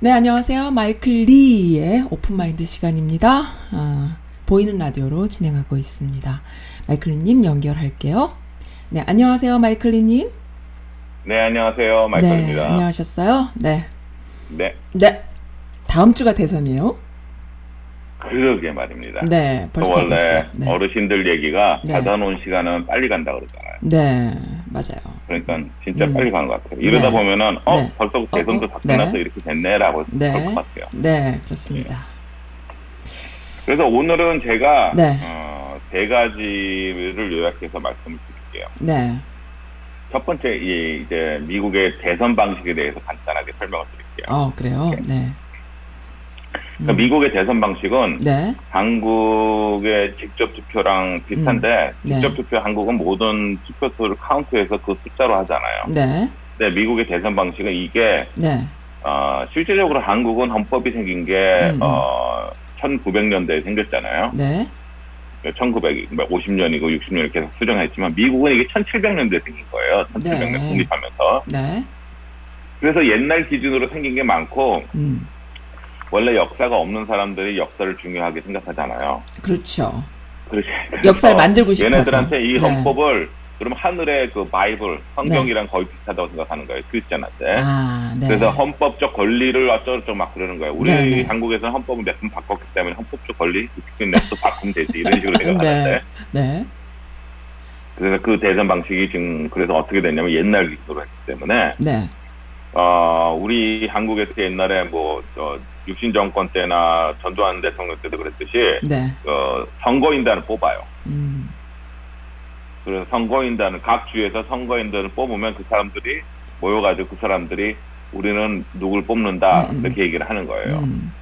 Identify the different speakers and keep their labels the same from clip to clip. Speaker 1: 네, 안녕하세요. 마이클 리의 오픈마인드 시간입니다. 아, 보이는 라디오로 진행하고 있습니다. 마이클 리님 연결할게요. 네, 안녕하세요. 마이클 리님.
Speaker 2: 네, 안녕하세요.
Speaker 1: 네,
Speaker 2: 마이클입니다.
Speaker 1: 안녕하셨어요. 네.
Speaker 2: 네,
Speaker 1: 네. 다음 주가 대선이에요.
Speaker 2: 그러게 말입니다.
Speaker 1: 네,
Speaker 2: 또
Speaker 1: 벌써
Speaker 2: 원래
Speaker 1: 알겠어요. 네.
Speaker 2: 어르신들 얘기가
Speaker 1: 네.
Speaker 2: 받아놓은 시간은 빨리 간다 그러잖아요.
Speaker 1: 네, 맞아요.
Speaker 2: 그러니까 진짜
Speaker 1: 음.
Speaker 2: 빨리 간 것 같아요. 이러다
Speaker 1: 네.
Speaker 2: 보면은 어
Speaker 1: 네.
Speaker 2: 벌써 대선도
Speaker 1: 어,
Speaker 2: 다
Speaker 1: 네.
Speaker 2: 끝났어 이렇게 됐네라고
Speaker 1: 네.
Speaker 2: 할 것 같아요.
Speaker 1: 네, 그렇습니다.
Speaker 2: 그래서 오늘은 제가
Speaker 1: 네.
Speaker 2: 어, 세 가지를 요약해서 말씀을 드릴게요.
Speaker 1: 네,
Speaker 2: 첫 번째 이 이제 미국의 대선 방식에 대해서 간단하게 설명을 드릴게요.
Speaker 1: 어, 그래요. 네.
Speaker 2: 그러니까
Speaker 1: 음,
Speaker 2: 미국의 대선 방식은
Speaker 1: 네,
Speaker 2: 한국의 직접 투표랑 비슷한데
Speaker 1: 음, 네.
Speaker 2: 직접 투표 한국은 모든 투표수를 카운트해서 그 숫자로 하잖아요.
Speaker 1: 네,
Speaker 2: 근데 미국의 대선 방식은 이게
Speaker 1: 네,
Speaker 2: 어, 실질적으로 한국은 헌법이 생긴 게
Speaker 1: 음, 음.
Speaker 2: 어, 1900년대에 생겼잖아요.
Speaker 1: 네.
Speaker 2: 1950년이고 60년을 계속 수정했지만 미국은 이게 1700년대에 생긴 거예요. 1700년
Speaker 1: 네.
Speaker 2: 독립하면서.
Speaker 1: 네.
Speaker 2: 그래서 옛날 기준으로 생긴 게 많고
Speaker 1: 음,
Speaker 2: 원래 역사가 없는 사람들이 역사를 중요하게 생각하잖아요.
Speaker 1: 그렇죠.
Speaker 2: 그렇지.
Speaker 1: 역사를
Speaker 2: 그래서
Speaker 1: 만들고 싶어서.
Speaker 2: 얘네들한테 이
Speaker 1: 네.
Speaker 2: 헌법을 그럼 하늘의 그 바이블 성경이랑 거의 비슷하다고 생각하는 거예요 크리스천한테
Speaker 1: 아, 네.
Speaker 2: 그래서 헌법적 권리를 어쩌고저쩌고 막 그러는 거예요 우리
Speaker 1: 네, 네.
Speaker 2: 한국에서는 헌법을 몇 번 바꿨기 때문에 헌법적 권리 그것도 바꾸면 되지 이런 식으로 생각하는데
Speaker 1: 네. 네.
Speaker 2: 그래서 그 대선 방식이 지금 그래서 어떻게 됐냐면 옛날 기술로 했기 때문에
Speaker 1: 네.
Speaker 2: 어 우리 한국에서 옛날에 뭐 저, 육신 정권 때나 전두환 대통령 때도 그랬듯이
Speaker 1: 네.
Speaker 2: 어, 선거인단을 뽑아요.
Speaker 1: 음.
Speaker 2: 그래서 선거인단을 각 주에서 선거인단을 뽑으면 그 사람들이 모여가지고 그 사람들이 우리는 누굴 뽑는다
Speaker 1: 음, 음.
Speaker 2: 이렇게 얘기를 하는 거예요.
Speaker 1: 음.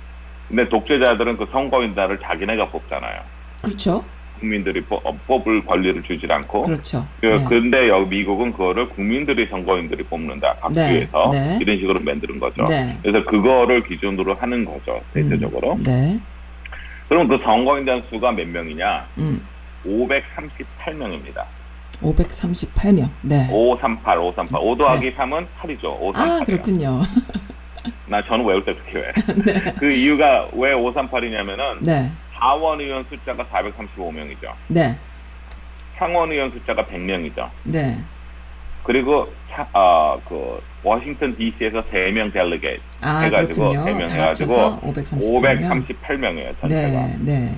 Speaker 2: 근데 독재자들은 그 선거인단을 자기네가 뽑잖아요.
Speaker 1: 그렇죠.
Speaker 2: 국민들이 뽑, 어, 뽑을 권리를 주질 않고.
Speaker 1: 그렇죠.
Speaker 2: 그, 근데 여기 미국은 그거를 국민들이 선거인들이 뽑는다 각
Speaker 1: 네,
Speaker 2: 주에서
Speaker 1: 네.
Speaker 2: 이런 식으로 만드는 거죠.
Speaker 1: 네.
Speaker 2: 그래서 그거를 기준으로 하는 거죠 대체적으로.
Speaker 1: 음. 네.
Speaker 2: 그럼 그 선거인단 수가 몇 명이냐?
Speaker 1: 음.
Speaker 2: 538명입니다.
Speaker 1: 538명. 네.
Speaker 2: 538, 538. 5 더하기 3은 8이죠. 5 3
Speaker 1: 아,
Speaker 2: 8
Speaker 1: 그렇군요.
Speaker 2: 나 저는 외울 때 그렇게 외. 그 이유가 왜 538이냐면은
Speaker 1: 네.
Speaker 2: 하원 의원 숫자가 435명이죠.
Speaker 1: 네.
Speaker 2: 상원 의원 숫자가 100명이죠.
Speaker 1: 네.
Speaker 2: 그리고 차, 아, 그 워싱턴 DC에서 3명 델리게이트
Speaker 1: 아,
Speaker 2: 해가지고
Speaker 1: 그렇군요.
Speaker 2: 세명
Speaker 1: 다
Speaker 2: 해가지고
Speaker 1: 합쳐서 538명.
Speaker 2: 538명이에요, 전체가.
Speaker 1: 네. 네.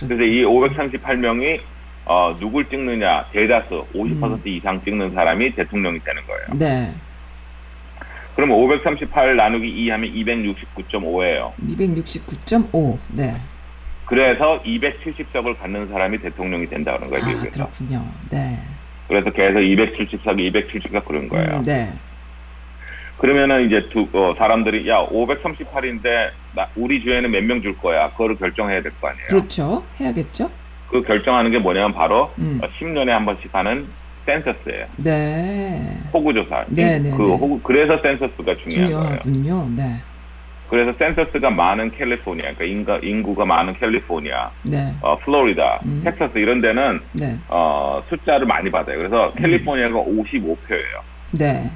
Speaker 2: 그래서 이 538명이 어, 누굴 찍느냐, 대다수 50%
Speaker 1: 음.
Speaker 2: 이상 찍는 사람이 대통령이 되는 거예요.
Speaker 1: 네.
Speaker 2: 그럼 538 나누기 2 하면 269.5예요.
Speaker 1: 269.5. 네.
Speaker 2: 그래서 270석을 갖는 사람이 대통령이 된다는 거예요,
Speaker 1: 아,
Speaker 2: 미국에서.
Speaker 1: 그렇군요. 네.
Speaker 2: 그래서 계속 270석, 270석 그런 거예요.
Speaker 1: 음, 네.
Speaker 2: 그러면은 이제 두 어, 사람들이 야 538인데 우리 주에는 몇 명 줄 거야. 그거를 결정해야 될 거 아니에요. 그
Speaker 1: 그렇죠. 해야겠죠?
Speaker 2: 결정하는 게 뭐냐면 바로
Speaker 1: 음.
Speaker 2: 어, 10년에 한 번씩 하는 센서스예요.
Speaker 1: 네.
Speaker 2: 호구 조사.
Speaker 1: 네, 네,
Speaker 2: 그
Speaker 1: 네.
Speaker 2: 호구- 그래서 센서스가 중요한 거예요.
Speaker 1: 중요하군요. 네.
Speaker 2: 그래서 센서스가 많은 캘리포니아, 그러니까 인가, 인구가 많은 캘리포니아,
Speaker 1: 네.
Speaker 2: 어, 플로리다,
Speaker 1: 음.
Speaker 2: 텍사스 이런 데는
Speaker 1: 네.
Speaker 2: 어, 숫자를 많이 받아요. 그래서
Speaker 1: 음.
Speaker 2: 캘리포니아가 55표예요.
Speaker 1: 네.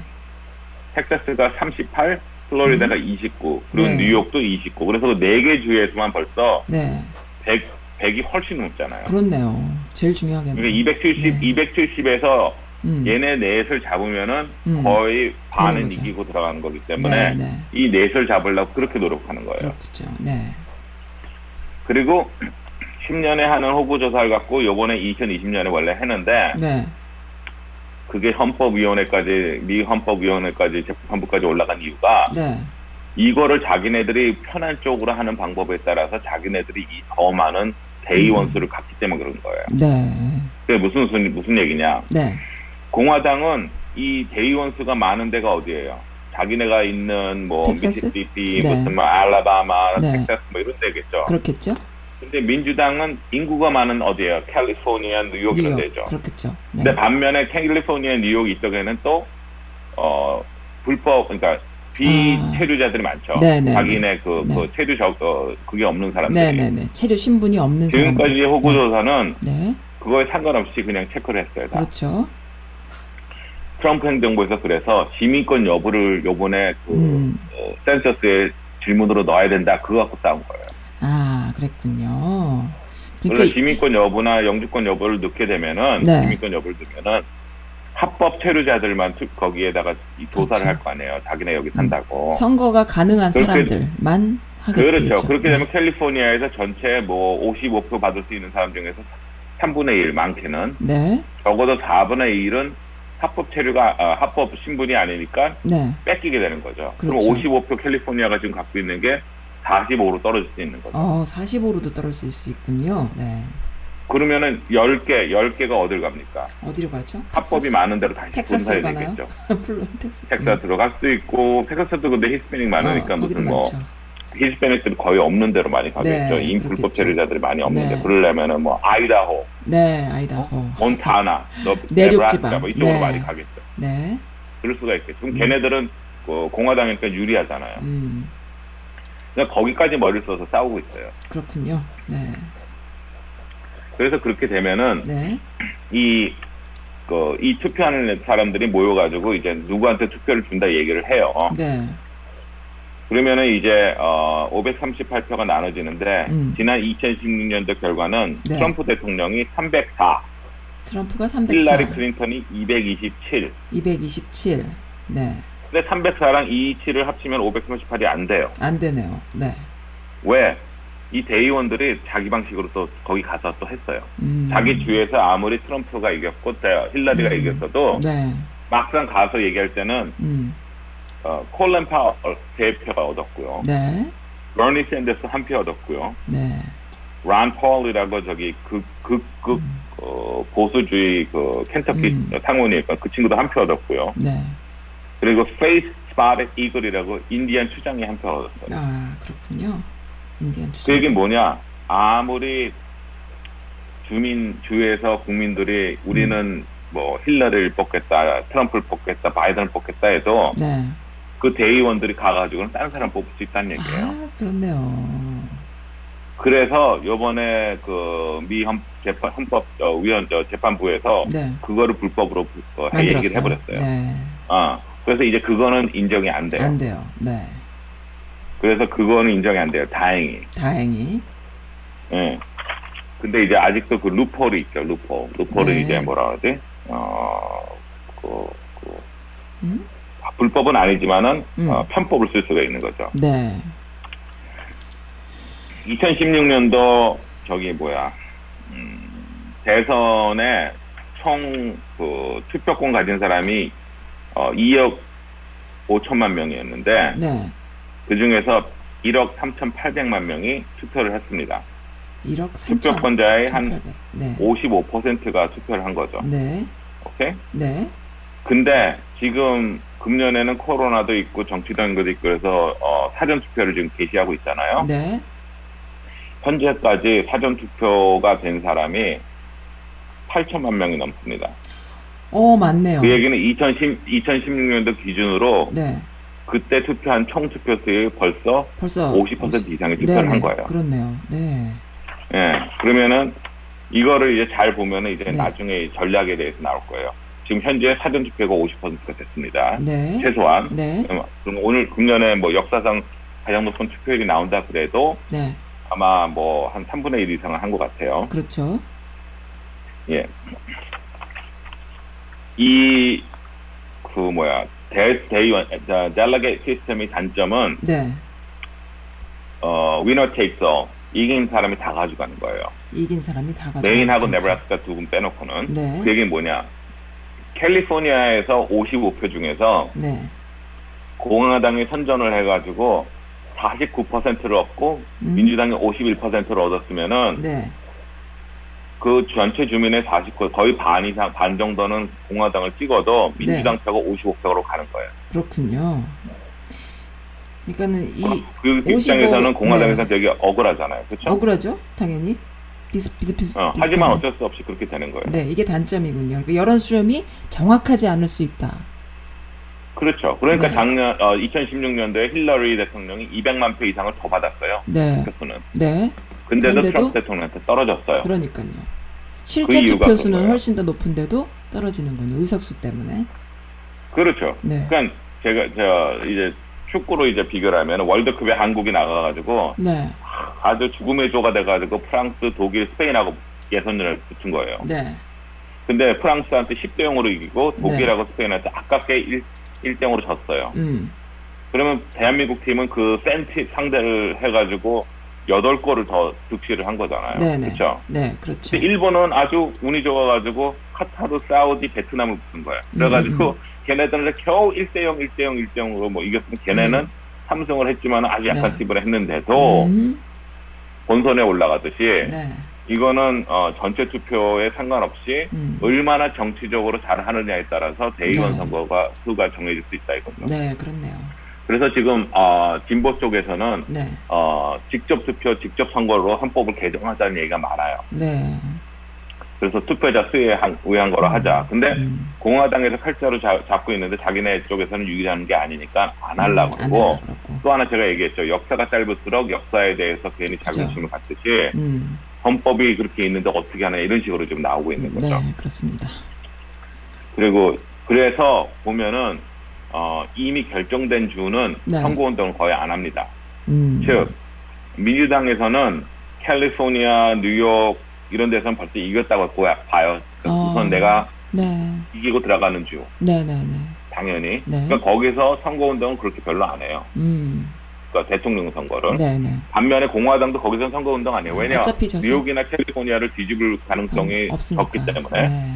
Speaker 2: 텍사스가 38, 플로리다가 29, 그리고
Speaker 1: 음. 네.
Speaker 2: 뉴욕도 29. 그래서 그 4개 주에서만 벌써
Speaker 1: 네.
Speaker 2: 100, 100이 훨씬 넘잖아요.
Speaker 1: 그렇네요. 제일 중요하겠네요.
Speaker 2: 그러니까 270,
Speaker 1: 그렇죠. 네.
Speaker 2: 270에서
Speaker 1: 음.
Speaker 2: 얘네 넷을 잡으면은
Speaker 1: 음.
Speaker 2: 거의 반은
Speaker 1: 거죠.
Speaker 2: 이기고 들어가는 거기
Speaker 1: 네,
Speaker 2: 때문에
Speaker 1: 네.
Speaker 2: 이 넷을 잡으려고 그렇게 노력하는 거예요.
Speaker 1: 그렇죠. 네.
Speaker 2: 그리고 10년에 하는 호구조사를 갖고 요번에 2020년에 원래 했는데
Speaker 1: 네.
Speaker 2: 그게 헌법위원회까지, 미 헌법위원회까지, 재판부까지 올라간 이유가
Speaker 1: 네.
Speaker 2: 이거를 자기네들이 편한 쪽으로 하는 방법에 따라서 자기네들이 이 더 많은 대의원
Speaker 1: 음.
Speaker 2: 수를 갖기 때문에 그런 거예요.
Speaker 1: 네.
Speaker 2: 그게 무슨 수- 무슨 얘기냐?
Speaker 1: 네.
Speaker 2: 공화당은 이 대의원 수가 많은 데가 어디예요? 자기네가 있는 뭐
Speaker 1: 텍사스?
Speaker 2: 미시시피,
Speaker 1: 네.
Speaker 2: 무슨 뭐 알라바마,
Speaker 1: 네.
Speaker 2: 텍사스 뭐 이런 데겠죠.
Speaker 1: 그렇겠죠?
Speaker 2: 근데 민주당은 인구가 많은 어디예요? 캘리포니아, 뉴욕 이런 데죠.
Speaker 1: 그렇겠죠. 네.
Speaker 2: 근데 반면에 캘리포니아, 뉴욕 이쪽에는 또 어, 불법 그러니까 비체류자들이 많죠.
Speaker 1: 네, 네,
Speaker 2: 자기네 그,
Speaker 1: 네.
Speaker 2: 그 체류 적 어, 그게 없는 사람들이.
Speaker 1: 네, 네, 네. 체류 신분이 없는 사람.
Speaker 2: 지금까지 호구조사는
Speaker 1: 네. 그렇죠. 네.
Speaker 2: 그거에 상관없이 그냥 체크를 했어요. 다.
Speaker 1: 그렇죠.
Speaker 2: 트럼프 행정부에서 그래서 시민권 여부를 요번에 그
Speaker 1: 음.
Speaker 2: 어, 센서스에 질문으로 넣어야 된다 그거 갖고 싸운 거예요.
Speaker 1: 아, 그랬군요.
Speaker 2: 원래
Speaker 1: 그러니까
Speaker 2: 시민권 여부나 영주권 여부를 넣게 되면은
Speaker 1: 네.
Speaker 2: 시민권 여부를 넣으면은 합법 체류자들만 투- 거기에다가 이
Speaker 1: 그렇죠.
Speaker 2: 조사를 할 거 아니에요. 자기네 여기 산다고.
Speaker 1: 선거가 가능한
Speaker 2: 그렇게-
Speaker 1: 사람들만 하게
Speaker 2: 그렇죠.
Speaker 1: 되죠. 네.
Speaker 2: 그렇게 되면 캘리포니아에서 전체 뭐 55% 받을 수 있는 사람 중에서 3분의 1 많게는
Speaker 1: 네.
Speaker 2: 적어도 4분의 1은 합법 체류가 아, 합법 신분이 아니니까
Speaker 1: 네.
Speaker 2: 뺏기게 되는 거죠. 그럼
Speaker 1: 그렇죠.
Speaker 2: 55% 캘리포니아가 지금 갖고 있는 게 45로 떨어질 수 있는 거죠.
Speaker 1: 어, 45로도 떨어질 수 있군요. 네.
Speaker 2: 그러면은 10개, 10개가 어딜 갑니까?
Speaker 1: 어디로 가죠?
Speaker 2: 합법이 많은 대로 다시
Speaker 1: 텍사스로
Speaker 2: 군사에
Speaker 1: 가나요?
Speaker 2: 되겠죠.
Speaker 1: 물론 텍사스.
Speaker 2: 텍사스로 갈 수도 있고 텍사스도 근데 히스패닉 많으니까
Speaker 1: 어, 거기도
Speaker 2: 무슨 뭐
Speaker 1: 많죠.
Speaker 2: 히스패닉들이 거의 없는 데로 많이 가겠죠.
Speaker 1: 네,
Speaker 2: 인불법
Speaker 1: 그렇겠죠.
Speaker 2: 체류자들이 많이 없는데
Speaker 1: 네.
Speaker 2: 그러려면은 뭐 아이다호,
Speaker 1: 네,
Speaker 2: 어?
Speaker 1: 아이다호.
Speaker 2: 몬타나, 너-
Speaker 1: 내륙
Speaker 2: 네브라스카
Speaker 1: 지방.
Speaker 2: 뭐 이쪽으로
Speaker 1: 네.
Speaker 2: 많이 가겠죠.
Speaker 1: 네.
Speaker 2: 그럴 수가 있겠죠. 그럼
Speaker 1: 음.
Speaker 2: 걔네들은 그 공화당이니까 유리하잖아요.
Speaker 1: 음.
Speaker 2: 그러니까 거기까지 머리를 써서 싸우고 있어요.
Speaker 1: 그렇군요. 네.
Speaker 2: 그래서 그렇게 되면은
Speaker 1: 네.
Speaker 2: 이, 그, 이 투표하는 사람들이 모여가지고 이제 누구한테 투표를 준다 얘기를 해요.
Speaker 1: 네.
Speaker 2: 그러면은 이제 어 538표가 나눠지는데
Speaker 1: 음.
Speaker 2: 지난 2016년도 결과는
Speaker 1: 네.
Speaker 2: 트럼프 대통령이 304,
Speaker 1: 트럼프가
Speaker 2: 힐라리
Speaker 1: 304,
Speaker 2: 클린턴이 227.
Speaker 1: 227. 네.
Speaker 2: 근데 304랑 227을 합치면 538이 안 돼요.
Speaker 1: 안 되네요. 네.
Speaker 2: 왜? 이 대의원들이 자기 방식으로 또 거기 가서 또 했어요.
Speaker 1: 음.
Speaker 2: 자기 주에서 아무리 트럼프가 이겼고 대- 힐러리가
Speaker 1: 음.
Speaker 2: 이겼어도
Speaker 1: 네.
Speaker 2: 막상 가서 얘기할 때는
Speaker 1: 음.
Speaker 2: 어, 콜린 파월 대표가 얻었고요.
Speaker 1: 네.
Speaker 2: 버니 샌더스 한 표 얻었고요.
Speaker 1: 네.
Speaker 2: 란 폴이라고 저기 극극극 어, 보수주의 그 켄터키
Speaker 1: 음.
Speaker 2: 상원이니까 그 친구도 한 표 얻었고요.
Speaker 1: 네.
Speaker 2: 그리고 페이스 스파렛 이글이라고 인디안 추장이 한 표 얻었어요.
Speaker 1: 아, 그렇군요. 인디언
Speaker 2: 그
Speaker 1: 주장.
Speaker 2: 얘기는 뭐냐? 아무리 주민 주에서 국민들이 우리는
Speaker 1: 음.
Speaker 2: 뭐 힐러를 뽑겠다, 트럼프를 뽑겠다, 바이든을 뽑겠다 해도
Speaker 1: 네.
Speaker 2: 그 대의원들이 가가지고는 다른 사람 뽑을 수 있다는 얘기예요.
Speaker 1: 아, 그렇네요.
Speaker 2: 그래서 요번에 그미 재판 헌법 어, 위원 저 재판부에서
Speaker 1: 네.
Speaker 2: 그거를 불법으로 어, 해-
Speaker 1: 만들었어요.
Speaker 2: 얘기를 해버렸어요.
Speaker 1: 네.
Speaker 2: 어, 그래서 이제 그거는 인정이 안 돼요.
Speaker 1: 안 돼요. 네.
Speaker 2: 그래서 그거는 인정이 안 돼요. 다행히.
Speaker 1: 다행히.
Speaker 2: 예. 근데 이제 아직도 그 루폴이 있죠. 루폴. 루폴은
Speaker 1: 네.
Speaker 2: 이제 뭐라 그러지? 어, 그, 그,
Speaker 1: 음?
Speaker 2: 불법은 아니지만은
Speaker 1: 음.
Speaker 2: 어, 편법을 쓸 수가 있는 거죠.
Speaker 1: 네.
Speaker 2: 2016년도 저기 뭐야 음, 대선에 총 그, 투표권 가진 사람이 어, 2억 5천만 명이었는데
Speaker 1: 네.
Speaker 2: 그 중에서 1억 3,800만 명이 투표를 했습니다.
Speaker 1: 1억 3천.
Speaker 2: 투표권자의 한
Speaker 1: 3,800. 네.
Speaker 2: 55%가 투표를 한 거죠.
Speaker 1: 네.
Speaker 2: 오케이?
Speaker 1: 네.
Speaker 2: 근데 지금 금년에는 코로나도 있고 정치적인 것도 있고 그래서 어, 사전 투표를 지금 개시하고 있잖아요.
Speaker 1: 네.
Speaker 2: 현재까지 사전 투표가 된 사람이 8천만 명이 넘습니다.
Speaker 1: 어, 맞네요.
Speaker 2: 그 얘기는 2010, 2016년도 기준으로
Speaker 1: 네. 어,
Speaker 2: 그때 투표한 총 투표 수의 벌써
Speaker 1: 벌써
Speaker 2: 50% 이상의 투표를 한 거예요.
Speaker 1: 그렇네요. 네.
Speaker 2: 예. 그러면은 이거를 이제 잘 보면은 이제
Speaker 1: 네.
Speaker 2: 나중에 전략에 대해서 나올 거예요. 지금 현재 사전 투표가 50%가 됐습니다.
Speaker 1: 네.
Speaker 2: 최소한.
Speaker 1: 네.
Speaker 2: 음, 그럼 오늘 금년에 뭐 역사상 가장 높은 투표율이 나온다 그래도
Speaker 1: 네.
Speaker 2: 아마 뭐 한 3분의 1 이상은 한 것 같아요.
Speaker 1: 그렇죠.
Speaker 2: 예. 이, 그, 뭐야, 대, 대의원, 델라게 시스템의 단점은,
Speaker 1: 네.
Speaker 2: 어, 위너 테이크서 이긴 사람이 다 가져가는 거예요.
Speaker 1: 이긴 사람이 다 가져.
Speaker 2: 메인하고 네브라스카 두 분 빼놓고는.
Speaker 1: 아, 네.
Speaker 2: 그 얘기는 뭐냐. 캘리포니아에서 55표 중에서
Speaker 1: 네.
Speaker 2: 공화당이 선전을 해가지고 49%를 얻고
Speaker 1: 음.
Speaker 2: 민주당이 51%를 얻었으면은
Speaker 1: 네.
Speaker 2: 그 전체 주민의 49 거의 반 이상 반 정도는 공화당을 찍어도
Speaker 1: 네.
Speaker 2: 민주당 표가 55표로 가는 거예요.
Speaker 1: 그렇군요. 그러니까는 이
Speaker 2: 그
Speaker 1: 55
Speaker 2: 입장에서는 공화당에서
Speaker 1: 네.
Speaker 2: 되게 억울하잖아요. 그렇죠?
Speaker 1: 억울하죠? 당연히. 비슷 비슷 비슷.
Speaker 2: 어,
Speaker 1: 비슷하네.
Speaker 2: 하지만 어쩔 수 없이 그렇게 되는 거예요.
Speaker 1: 네, 이게 단점이군요. 그러니까 여론 수렴이 정확하지 않을 수 있다.
Speaker 2: 그렇죠. 그러니까
Speaker 1: 네.
Speaker 2: 작년 어, 2016년도에 힐러리 대통령이 200만 표 이상을 더 받았어요. 그
Speaker 1: 네.
Speaker 2: 표수는.
Speaker 1: 네.
Speaker 2: 근데도,
Speaker 1: 그런데도?
Speaker 2: 트럼프 대통령한테 떨어졌어요.
Speaker 1: 그러니까요. 실제
Speaker 2: 이유가
Speaker 1: 투표수는
Speaker 2: 그렇죠. 그거예요.
Speaker 1: 훨씬 더 높은데도 떨어지는 군요 의석수 때문에.
Speaker 2: 그렇죠.
Speaker 1: 네.
Speaker 2: 그러니까 제가 저 이제 축구로 이제 비교를 하면 월드컵에 한국이 나가가지고
Speaker 1: 네.
Speaker 2: 아주 죽음의 조가 돼가지고 프랑스, 독일, 스페인하고 예선전을 붙은 거예요.
Speaker 1: 네.
Speaker 2: 근데 프랑스한테 10대 0으로 이기고 독일하고 스페인한테 아깝게 1, 1대 0으로 졌어요.
Speaker 1: 음.
Speaker 2: 그러면 대한민국 팀은 그 센티 상대를 해가지고 8골을 더 득실을 한 거잖아요.
Speaker 1: 네네.
Speaker 2: 그렇죠?
Speaker 1: 네. 그렇죠.
Speaker 2: 근데 일본은 아주 운이 좋아가지고 카타르, 사우디, 베트남을 붙은 거야.
Speaker 1: 음,
Speaker 2: 그래가지고 걔네들은 겨우 1대0, 1대0, 1대0으로 뭐 이겼으면 걔네는
Speaker 1: 음.
Speaker 2: 삼성을 했지만 아주 약한
Speaker 1: 네.
Speaker 2: 팀을 했는데도
Speaker 1: 음.
Speaker 2: 본선에 올라가듯이
Speaker 1: 네.
Speaker 2: 이거는 어, 전체 투표에 상관없이
Speaker 1: 음.
Speaker 2: 얼마나 정치적으로 잘하느냐에 따라서 대의원
Speaker 1: 네.
Speaker 2: 선거가 수가 정해질 수 있다 이거죠.
Speaker 1: 네. 그렇네요.
Speaker 2: 그래서 지금 어, 진보 쪽에서는
Speaker 1: 네.
Speaker 2: 어, 직접 투표, 직접 선거로 헌법을 개정하자는 얘기가 많아요.
Speaker 1: 네.
Speaker 2: 그래서 투표자 수에 한- 의한 거로 하자. 근데
Speaker 1: 음.
Speaker 2: 공화당에서 칼자로 잡- 잡고 있는데 자기네 쪽에서는 유리하는 게 아니니까 안 하려고
Speaker 1: 음, 안
Speaker 2: 그러고
Speaker 1: 하려고 그러고.
Speaker 2: 또 하나 제가 얘기했죠. 역사가 짧을수록 역사에 대해서 괜히
Speaker 1: 그렇죠.
Speaker 2: 자긍심을 갖듯이
Speaker 1: 음.
Speaker 2: 헌법이 그렇게 있는데 어떻게 하냐 이런 식으로 지금 나오고 있는 거죠.
Speaker 1: 네. 그렇습니다.
Speaker 2: 그리고 그래서 보면은 어, 이미 결정된 주는
Speaker 1: 네.
Speaker 2: 선거운동을 거의 안 합니다.
Speaker 1: 음.
Speaker 2: 즉 민주당에서는 캘리포니아, 뉴욕 이런 데서는 벌써 이겼다고 보야- 봐요. 그러니까
Speaker 1: 어.
Speaker 2: 우선 내가
Speaker 1: 네.
Speaker 2: 이기고 들어가는 주
Speaker 1: 네, 네, 네.
Speaker 2: 당연히.
Speaker 1: 네.
Speaker 2: 그러니까 거기서 선거운동은 그렇게 별로 안 해요.
Speaker 1: 음.
Speaker 2: 그러니까 대통령 선거를.
Speaker 1: 네, 네.
Speaker 2: 반면에 공화당도 거기서 선거운동 아니에요. 네, 왜냐?
Speaker 1: 어차피 저
Speaker 2: 뉴욕이나 캘리포니아를 뒤집을 가능성이
Speaker 1: 없으니까.
Speaker 2: 적기 때문에.
Speaker 1: 네.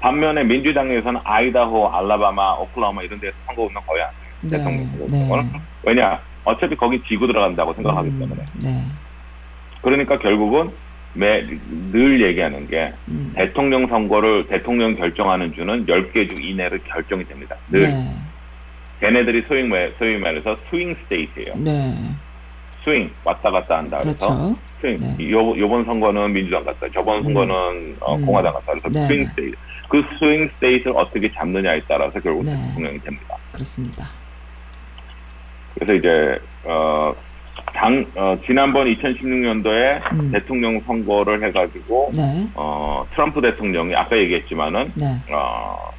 Speaker 2: 반면에 민주당에서는 아이다호, 알라바마, 오클라호마 이런 데서 선거운동 거의 안 해요.
Speaker 1: 네.
Speaker 2: 대통령
Speaker 1: 네.
Speaker 2: 선거는. 왜냐? 어차피 거기 지고 들어간다고 생각하기
Speaker 1: 음,
Speaker 2: 때문에.
Speaker 1: 네.
Speaker 2: 그러니까 결국은 매, 늘 얘기하는 게
Speaker 1: 음.
Speaker 2: 대통령 선거를 대통령 결정하는 주는 10개 주 이내로 결정이 됩니다. 늘.
Speaker 1: 네.
Speaker 2: 걔네들이 소위, 말, 소위 말해서 스윙 스테이트예요.
Speaker 1: 네.
Speaker 2: 스윙 왔다 갔다 한다 그래서
Speaker 1: 그렇죠.
Speaker 2: 스윙
Speaker 1: 네.
Speaker 2: 요, 요번 선거는 민주당 갔다 저번
Speaker 1: 음.
Speaker 2: 선거는 어,
Speaker 1: 음.
Speaker 2: 공화당 갔다 그래서
Speaker 1: 네.
Speaker 2: 스윙 스테이트 그 스윙 스테이트를 어떻게 잡느냐에 따라서 결국
Speaker 1: 네.
Speaker 2: 대통령이 됩니다
Speaker 1: 그렇습니다.
Speaker 2: 그래서 이제 어, 당, 어, 지난번 2016년도에
Speaker 1: 음.
Speaker 2: 대통령 선거를 해가지고
Speaker 1: 네.
Speaker 2: 어, 트럼프 대통령이 아까 얘기했지만은
Speaker 1: 네.
Speaker 2: 어,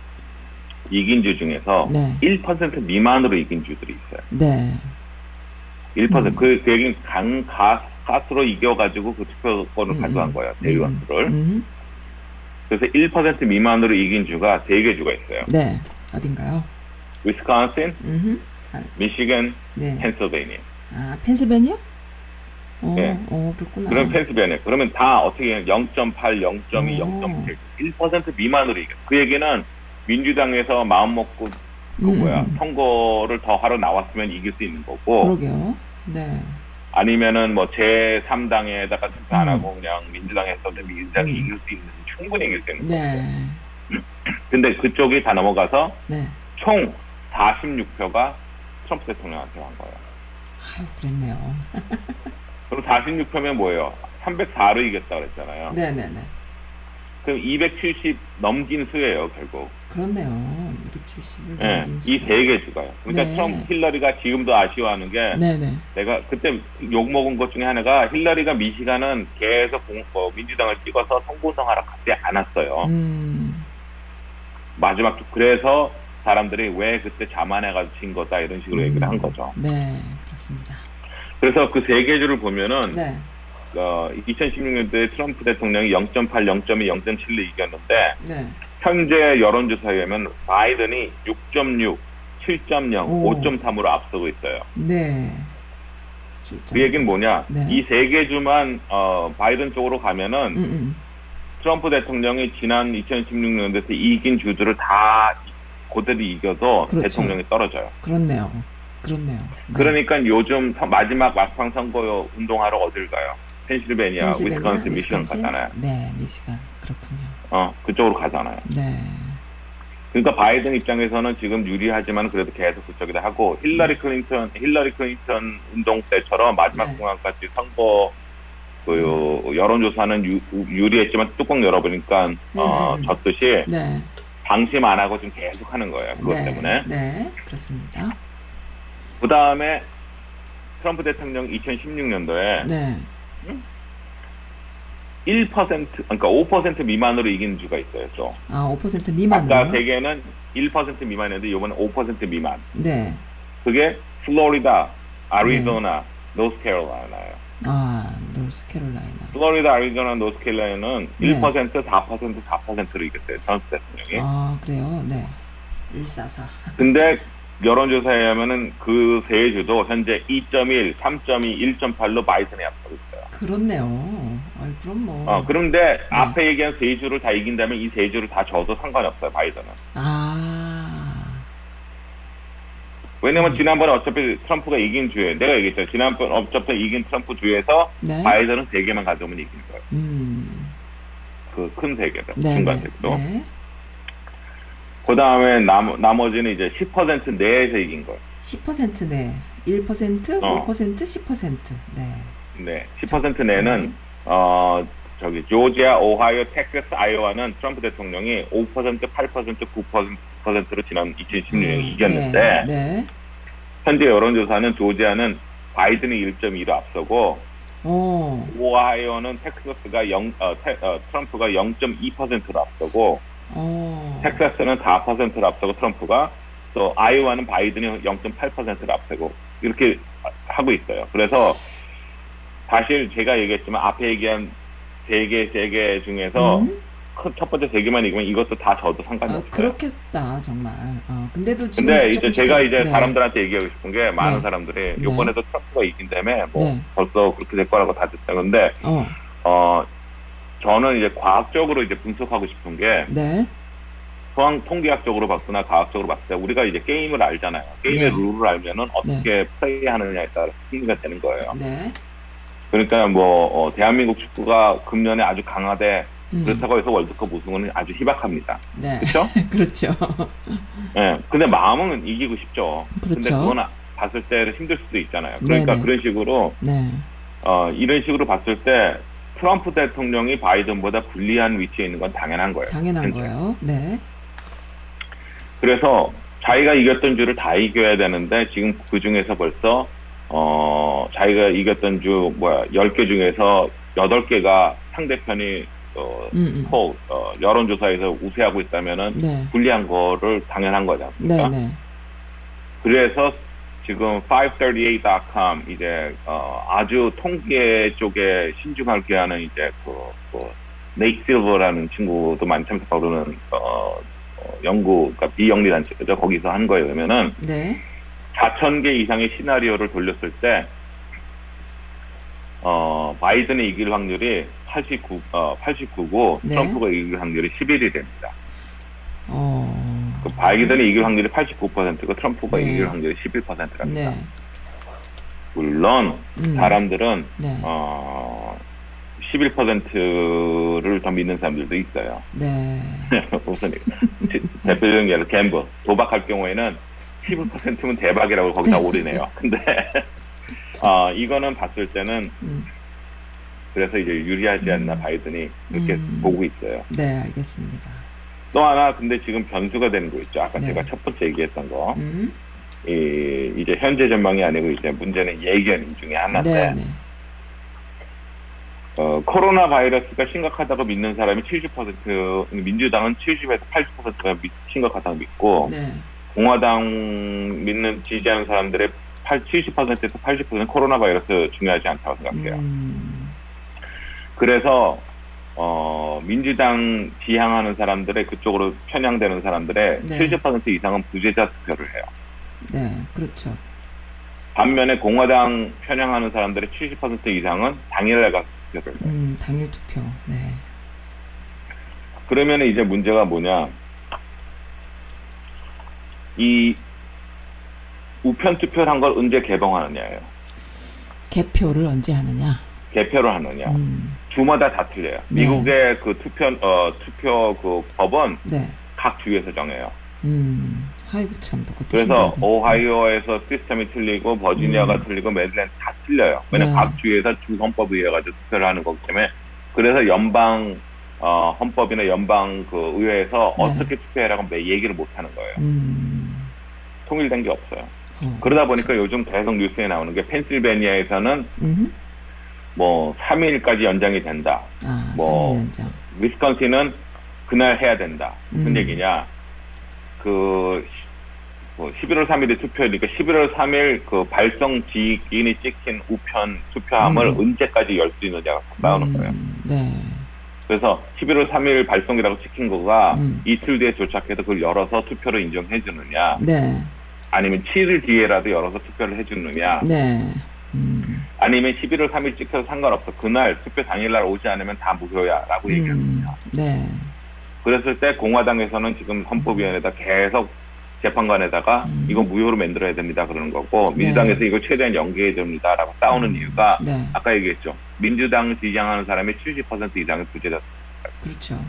Speaker 2: 이긴 주 중에서
Speaker 1: 네.
Speaker 2: 1% 미만으로 이긴 주들이 있어요
Speaker 1: 네.
Speaker 2: 1%.
Speaker 1: 음.
Speaker 2: 그, 그 얘기는 강, 가, 가수로 이겨가지고 그 투표권을
Speaker 1: 음,
Speaker 2: 가져간
Speaker 1: 음.
Speaker 2: 거야, 대의원수를.
Speaker 1: 음.
Speaker 2: 그래서 1% 미만으로 이긴 주가 3개 주가 있어요.
Speaker 1: 네. 어딘가요?
Speaker 2: 위스콘신,
Speaker 1: 음.
Speaker 2: 미시간,
Speaker 1: 네.
Speaker 2: 펜실베이니아.
Speaker 1: 아, 펜스베니아? 어,
Speaker 2: 네.
Speaker 1: 어, 그렇구나.
Speaker 2: 그럼 펜실베이니아. 그러면 다 어떻게 해요? 0.8, 0.2,
Speaker 1: 오.
Speaker 2: 0.7. 1% 미만으로 이겨. 그 얘기는 민주당에서 마음 먹고 그
Speaker 1: 음,
Speaker 2: 뭐야 어.
Speaker 1: 음.
Speaker 2: 선거를 더 하러 나왔으면 이길 수 있는 거고
Speaker 1: 그러게요. 네.
Speaker 2: 아니면은 뭐제 3당에다가 투표 안
Speaker 1: 음.
Speaker 2: 하고 그냥 민주당에서 민주당이
Speaker 1: 음.
Speaker 2: 이길 수 있는 충분히 이길 수 있는 거고
Speaker 1: 네.
Speaker 2: 근데 그쪽이 다 넘어가서
Speaker 1: 네.
Speaker 2: 총 46표가 트럼프 대통령한테 간 거예요.
Speaker 1: 아유, 그랬네요.
Speaker 2: 그럼 46표면 뭐예요? 304로 이겼다 그랬잖아요.
Speaker 1: 네, 네, 네.
Speaker 2: 그럼 270 넘긴 수예요, 결국.
Speaker 1: 그렇네요. 270을
Speaker 2: 예, 이 세 개 주가요. 그러니까
Speaker 1: 네.
Speaker 2: 트럼프 힐러리가 지금도 아쉬워하는 게
Speaker 1: 네, 네.
Speaker 2: 내가 그때 욕먹은 것 중에 하나가 힐러리가 미시간은 계속 공, 어, 민주당을 찍어서 선거성 하락하지 않았어요.
Speaker 1: 음.
Speaker 2: 마지막, 그래서 사람들이 왜 그때 자만해가지고 진 거다 이런 식으로 얘기를 한 거죠.
Speaker 1: 네, 그렇습니다.
Speaker 2: 그래서 그 세 개 주를 보면은
Speaker 1: 네.
Speaker 2: 어, 2016년도에 트럼프 대통령이 0.8, 0.2, 0.7로 이겼는데
Speaker 1: 네.
Speaker 2: 현재 여론조사에 의하면 바이든이 6.6, 7.0,
Speaker 1: 오.
Speaker 2: 5.3으로 앞서고 있어요.
Speaker 1: 네. 진짜.
Speaker 2: 그 얘기는 뭐냐?
Speaker 1: 네.
Speaker 2: 이 세 개 주만 어, 바이든 쪽으로 가면은
Speaker 1: 음, 음.
Speaker 2: 트럼프 대통령이 지난 2016년도에 이긴 주들을 다 그대로 이겨서
Speaker 1: 그렇죠.
Speaker 2: 대통령이 떨어져요.
Speaker 1: 그렇네요. 그렇네요. 네.
Speaker 2: 그러니까 요즘 선- 마지막 막방 선거 운동하러 어딜 가요? 펜실베니아,
Speaker 1: 펜실베니아,
Speaker 2: 위스콘신, 미시간
Speaker 1: 위스콘신?
Speaker 2: 가잖아요.
Speaker 1: 네, 미시간 그렇군요.
Speaker 2: 어, 그쪽으로 가잖아요.
Speaker 1: 네,
Speaker 2: 그러니까 바이든 입장에서는 지금 유리하지만 그래도 계속 그쪽이다 하고 힐러리 클린턴 힐러리 클린턴 운동 때처럼 마지막
Speaker 1: 네.
Speaker 2: 공항까지 선거 그 여론조사는 유, 리했지만 뚜껑 열어보니까 어,
Speaker 1: 음, 음.
Speaker 2: 졌듯이
Speaker 1: 네,
Speaker 2: 방심 안 하고 지금 계속 하는 거예요. 그것
Speaker 1: 네,
Speaker 2: 때문에
Speaker 1: 네, 그렇습니다.
Speaker 2: 그 다음에 트럼프 대통령 2016년도에
Speaker 1: 네,
Speaker 2: 1% 그러니까 5% 미만으로 이긴 주가 있어요. 또
Speaker 1: 아, 5%
Speaker 2: 아까
Speaker 1: 미만으로.
Speaker 2: 대개는 1% 미만이었는데 이번에 5% 미만.
Speaker 1: 네.
Speaker 2: 그게 플로리다, 아리조나, 노스캐롤라이나예요.
Speaker 1: 아, 노스캐롤라이나.
Speaker 2: 플로리다, 아리조나, 노스캐롤라이나는
Speaker 1: 네.
Speaker 2: 1%, 4%, 4%로 이겼어요. 트럼프 대통령이.
Speaker 1: 아, 네. 그래요. 네. 144.
Speaker 2: 근데 여론조사에 하면은 그 세 주도 현재 2.1, 3.2, 1.8로 바이든이 앞서고 있어요.
Speaker 1: 그렇네요. 아이, 그럼 뭐.
Speaker 2: 어, 그런데 앞에 얘기한 세 주를 다 이긴다면 이 세 주를 다 져도 상관없어요, 바이든은.
Speaker 1: 아.
Speaker 2: 왜냐면
Speaker 1: 음.
Speaker 2: 지난번에 어차피 트럼프가 이긴 주에, 내가 얘기했잖아요. 지난번 어차피 이긴 트럼프 주에서
Speaker 1: 네.
Speaker 2: 바이든은 세 개만 가져오면 이긴 거예요.
Speaker 1: 음.
Speaker 2: 그 큰 세 개로,
Speaker 1: 네.
Speaker 2: 중간
Speaker 1: 네.
Speaker 2: 세 개로.
Speaker 1: 네.
Speaker 2: 그 다음에 나머지는 이제 10% 내에서 이긴 거예요.
Speaker 1: 10% 네. 1%,
Speaker 2: 어.
Speaker 1: 5%, 10%. 네.
Speaker 2: 네. 10% 내는, 어, 저기, 조지아, 오하이오, 텍사스, 아이오와는 트럼프 대통령이 5%, 8%, 9%로 지난 2016년에 이겼는데,
Speaker 1: 네. 네.
Speaker 2: 현재 여론조사는 조지아는 바이든이 1.2로 앞서고,
Speaker 1: 어.
Speaker 2: 오하이오는 텍사스가 0, 어, 테- 어, 트럼프가 0.2%로 앞서고,
Speaker 1: 어.
Speaker 2: 텍사스는 4%로 앞서고 트럼프가, 또 아이오와는 바이든이 0.8%로 앞서고, 이렇게 하고 있어요. 그래서 사실 제가 얘기했지만 앞에 얘기한 3개, 3개 중에서
Speaker 1: 음?
Speaker 2: 큰첫 번째 3개만 이기면 이것도 다 저도 상관이
Speaker 1: 아,
Speaker 2: 없어요.
Speaker 1: 그렇겠다 정말. 어, 근데도 지금
Speaker 2: 근데 이제
Speaker 1: 조금씩
Speaker 2: 제가
Speaker 1: 더-
Speaker 2: 이제
Speaker 1: 네.
Speaker 2: 사람들한테 얘기하고 싶은 게 많은
Speaker 1: 네.
Speaker 2: 사람들이
Speaker 1: 네.
Speaker 2: 요번에도 트럼프가 이긴다며 뭐
Speaker 1: 네.
Speaker 2: 벌써 그렇게 될 거라고 다 듣다. 근데
Speaker 1: 어,
Speaker 2: 어, 저는 이제 과학적으로 이제 분석하고 싶은 게,
Speaker 1: 네,
Speaker 2: 소황 통계학적으로 봤거나 과학적으로 봤을 때, 우리가 이제 게임을 알잖아요. 게임의
Speaker 1: 네.
Speaker 2: 룰을 알면은 어떻게 플레이 하느냐에 따라 승리가 되는 거예요.
Speaker 1: 네.
Speaker 2: 그러니까 뭐, 어, 대한민국 축구가 금년에 아주 강하되,
Speaker 1: 음,
Speaker 2: 그렇다고 해서 월드컵 우승은 아주 희박합니다.
Speaker 1: 네,
Speaker 2: 그렇죠?
Speaker 1: 그렇죠.
Speaker 2: 예. 근데 마음은 이기고 싶죠. 근데
Speaker 1: 그렇죠.
Speaker 2: 그건 아- 봤을 때 힘들 수도 있잖아요. 그러니까
Speaker 1: 네네.
Speaker 2: 그런 식으로,
Speaker 1: 네,
Speaker 2: 어, 이런 식으로 봤을 때, 트럼프 대통령이 바이든보다 불리한 위치에 있는 건 당연한 거예요.
Speaker 1: 당연한
Speaker 2: 괜찮아요.
Speaker 1: 거예요. 네,
Speaker 2: 그래서 자기가 이겼던 주를 다 이겨야 되는데 지금 그 중에서 벌써 어 자기가 이겼던 주 뭐야 10개 중에서 8개가 상대편이 어,
Speaker 1: 음,
Speaker 2: 코, 어 여론조사에서 우세하고 있다면은
Speaker 1: 음. 네,
Speaker 2: 불리한 거를 당연한 거지
Speaker 1: 네,
Speaker 2: 않습니까?
Speaker 1: 네.
Speaker 2: 그래서 지금 538.com 이제 어 아주 통계 쪽에 신중하게 하는 이제 그, 그 네이크 실버라는 친구도 많이 참석하고 그러는 어, 어, 연구 그러니까 비영리 단체죠 거기서 한 거에 의하면은
Speaker 1: 네,
Speaker 2: 4천 개 이상의 시나리오를 돌렸을 때 어, 바이든이 이길 확률이 89, 어, 89고
Speaker 1: 네.
Speaker 2: 트럼프가 이길 확률이 11이 됩니다.
Speaker 1: 어,
Speaker 2: 그 바이든이 이길 확률이 89%고 트럼프가
Speaker 1: 네.
Speaker 2: 이길 확률이 11%랍니다.
Speaker 1: 네,
Speaker 2: 물론
Speaker 1: 음,
Speaker 2: 사람들은
Speaker 1: 네,
Speaker 2: 어 11%를 더 믿는 사람들도 있어요.
Speaker 1: 네,
Speaker 2: 우선 지- 대표적인 예로 갬블 도박할 경우에는 11%면 대박이라고 거기다 오르네요. 근데 어, 이거는 봤을 때는
Speaker 1: 음,
Speaker 2: 그래서 이제 유리하지 않나 바이든이 이렇게
Speaker 1: 음.
Speaker 2: 보고 있어요.
Speaker 1: 네, 알겠습니다.
Speaker 2: 또 하나 근데 지금 변수가 되는 거 있죠. 아까
Speaker 1: 네.
Speaker 2: 제가 첫 번째 얘기했던 거.
Speaker 1: 음,
Speaker 2: 이, 이제 현재 전망이 아니고 이제 문제는 예견 중에 하나인데
Speaker 1: 네, 네,
Speaker 2: 어, 코로나 바이러스가 심각하다고 믿는 사람이 70%, 민주당은 70에서 80%가 심각하다고 믿고,
Speaker 1: 네,
Speaker 2: 공화당 믿는, 지지하는 사람들의 8, 70%에서 80%는 코로나 바이러스 중요하지 않다고 생각해요.
Speaker 1: 음,
Speaker 2: 그래서, 어, 민주당 지향하는 사람들의 그쪽으로 편향되는 사람들의
Speaker 1: 네.
Speaker 2: 70% 이상은 부재자 투표를 해요.
Speaker 1: 네, 그렇죠.
Speaker 2: 반면에 공화당 편향하는 사람들의 70% 이상은 당일날 가서 투표를 해요.
Speaker 1: 음, 당일 투표. 네,
Speaker 2: 그러면 이제 문제가 뭐냐. 이 우편 투표를 한 걸 언제 개봉하느냐예요.
Speaker 1: 개표를 언제 하느냐.
Speaker 2: 개표를 하느냐.
Speaker 1: 음,
Speaker 2: 주마다 다 틀려요.
Speaker 1: 네.
Speaker 2: 미국의 그 투표 어 투표 그 법은
Speaker 1: 네.
Speaker 2: 각 주에서 정해요.
Speaker 1: 음, 아이고 참, 그것도
Speaker 2: 그래서
Speaker 1: 신기하네.
Speaker 2: 오하이오에서 시스템이 틀리고 버지니아가
Speaker 1: 음.
Speaker 2: 틀리고 메릴랜드 다 틀려요. 왜냐면
Speaker 1: 네.
Speaker 2: 각 주에서 주 헌법에 의해 가지고 투표를 하는 거기 때문에 그래서 연방 어 헌법이나 연방 그 의회에서
Speaker 1: 네.
Speaker 2: 어떻게 투표해라고 매 얘기를 못 하는 거예요.
Speaker 1: 음,
Speaker 2: 통일된 게 없어요.
Speaker 1: 어,
Speaker 2: 그러다 보니까 요즘 계속 뉴스에 나오는 게 펜실베니아에서는
Speaker 1: 음,
Speaker 2: 뭐 3일까지 연장이 된다.
Speaker 1: 아,
Speaker 2: 뭐,
Speaker 1: 삼일 연장.
Speaker 2: 위스콘신은 그날 해야 된다. 무슨
Speaker 1: 음.
Speaker 2: 얘기냐? 그, 뭐 11월 3일이 투표니까 11월 3일 그 발성 지인이 찍힌 우편 투표함을
Speaker 1: 음.
Speaker 2: 언제까지 열 수 있느냐가 나오는 거예요.
Speaker 1: 음, 네.
Speaker 2: 그래서 11월 3일 발송이라고 찍힌 거가
Speaker 1: 음.
Speaker 2: 이틀 뒤에 도착해서 그걸 열어서 투표를 인정해 주느냐
Speaker 1: 네.
Speaker 2: 아니면 7일 뒤에라도 열어서 투표를 해 주느냐
Speaker 1: 네. 음.
Speaker 2: 아니면 11월 3일 찍혀서 상관없어 그날 투표 당일날 오지 않으면 다 무효야라고
Speaker 1: 음.
Speaker 2: 뭐 얘기합니다.
Speaker 1: 네.
Speaker 2: 그랬을 때 공화당에서는 지금 헌법위원회에다 계속 재판관에다가
Speaker 1: 음.
Speaker 2: 이거 무효로 만들어야 됩니다 그러는 거고
Speaker 1: 네.
Speaker 2: 민주당에서 이거 최대한 연기해 줍니다라고 싸우는 이유가
Speaker 1: 네.
Speaker 2: 아까 얘기했죠 민주당 지향하는 사람의 70% 이상은 부재자
Speaker 1: 그렇죠.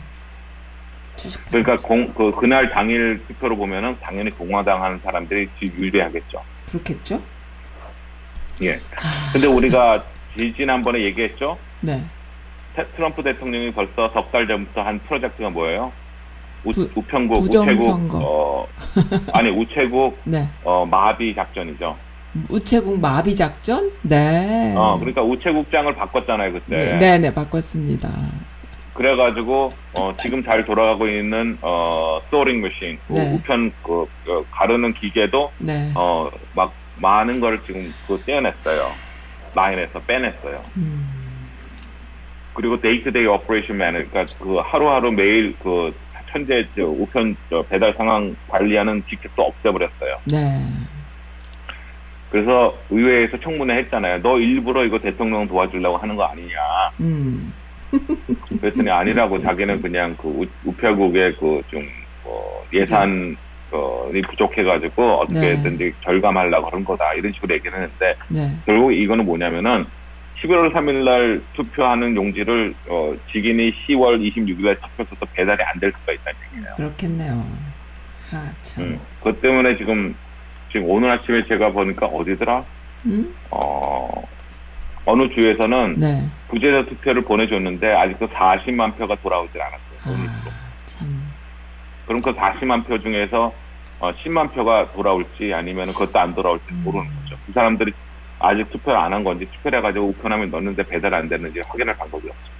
Speaker 1: 70%.
Speaker 2: 그러니까 공, 그, 그날 당일 투표로 보면은 당연히 공화당 하는 사람들이 지- 유리하겠죠.
Speaker 1: 그렇겠죠?
Speaker 2: 예.
Speaker 1: 아,
Speaker 2: 근데 우리가 지- 지난번에 얘기했죠.
Speaker 1: 네.
Speaker 2: 태- 트럼프 대통령이 벌써 석 달 전부터 한 프로젝트가 뭐예요? 우,
Speaker 1: 부-
Speaker 2: 우편국, 우체국,
Speaker 1: 부정선거.
Speaker 2: 어, 아니 우체국
Speaker 1: 네.
Speaker 2: 어, 마비 작전이죠.
Speaker 1: 우체국 마비 작전? 네.
Speaker 2: 어, 그러니까 우체국장을 바꿨잖아요 그때.
Speaker 1: 네. 네, 네, 바꿨습니다.
Speaker 2: 그래가지고 어, 지금 잘 돌아가고 있는 어, 소링 머신, 우-
Speaker 1: 네.
Speaker 2: 우편 그, 그 가르는 기계도
Speaker 1: 네.
Speaker 2: 어, 막 많은 걸 지금 그 떼어냈어요. 라인에서 빼냈어요.
Speaker 1: 음.
Speaker 2: 그리고 데이트데이 오퍼레이션 매너, 그러니까 그 하루하루 매일 그 천재 저 우편 저 배달 상황 관리하는 직책도 없애버렸어요.
Speaker 1: 네.
Speaker 2: 그래서 의회에서 청문회 했잖아요. 너 일부러 이거 대통령 도와주려고 하는 거 아니냐.
Speaker 1: 음.
Speaker 2: 그랬더니 아니라고 자기는 그냥 그 우, 우편국의 그좀 뭐 예산이 부족해가지고 어떻게든지 절감하려고 그런 거다. 이런 식으로 얘기를 했는데
Speaker 1: 네.
Speaker 2: 결국 이거는 뭐냐면은 11월 3일날 투표하는 용지를 어, 직인이 10월 26일날 잡혀서 배달이 안 될 수가 있다는 얘기예요.
Speaker 1: 그렇겠네요. 아, 참.
Speaker 2: 음. 그것 때문에 지금 지금 오늘 아침에 제가 보니까 어디더라?
Speaker 1: 음?
Speaker 2: 어, 어느 주에서는
Speaker 1: 네.
Speaker 2: 부재자 투표를 보내줬는데 아직도 40만 표가 돌아오질 않았어요. 오늘도.
Speaker 1: 아, 참.
Speaker 2: 그럼 그 40만 표 중에서 어, 10만 표가 돌아올지 아니면 그것도 안 돌아올지 모르는 거죠. 그 사람들이 아직 투표를 안 한 건지 투표를 해가지고 우편함에 넣었는데 배달 안 됐는지 확인할 방법이 없죠.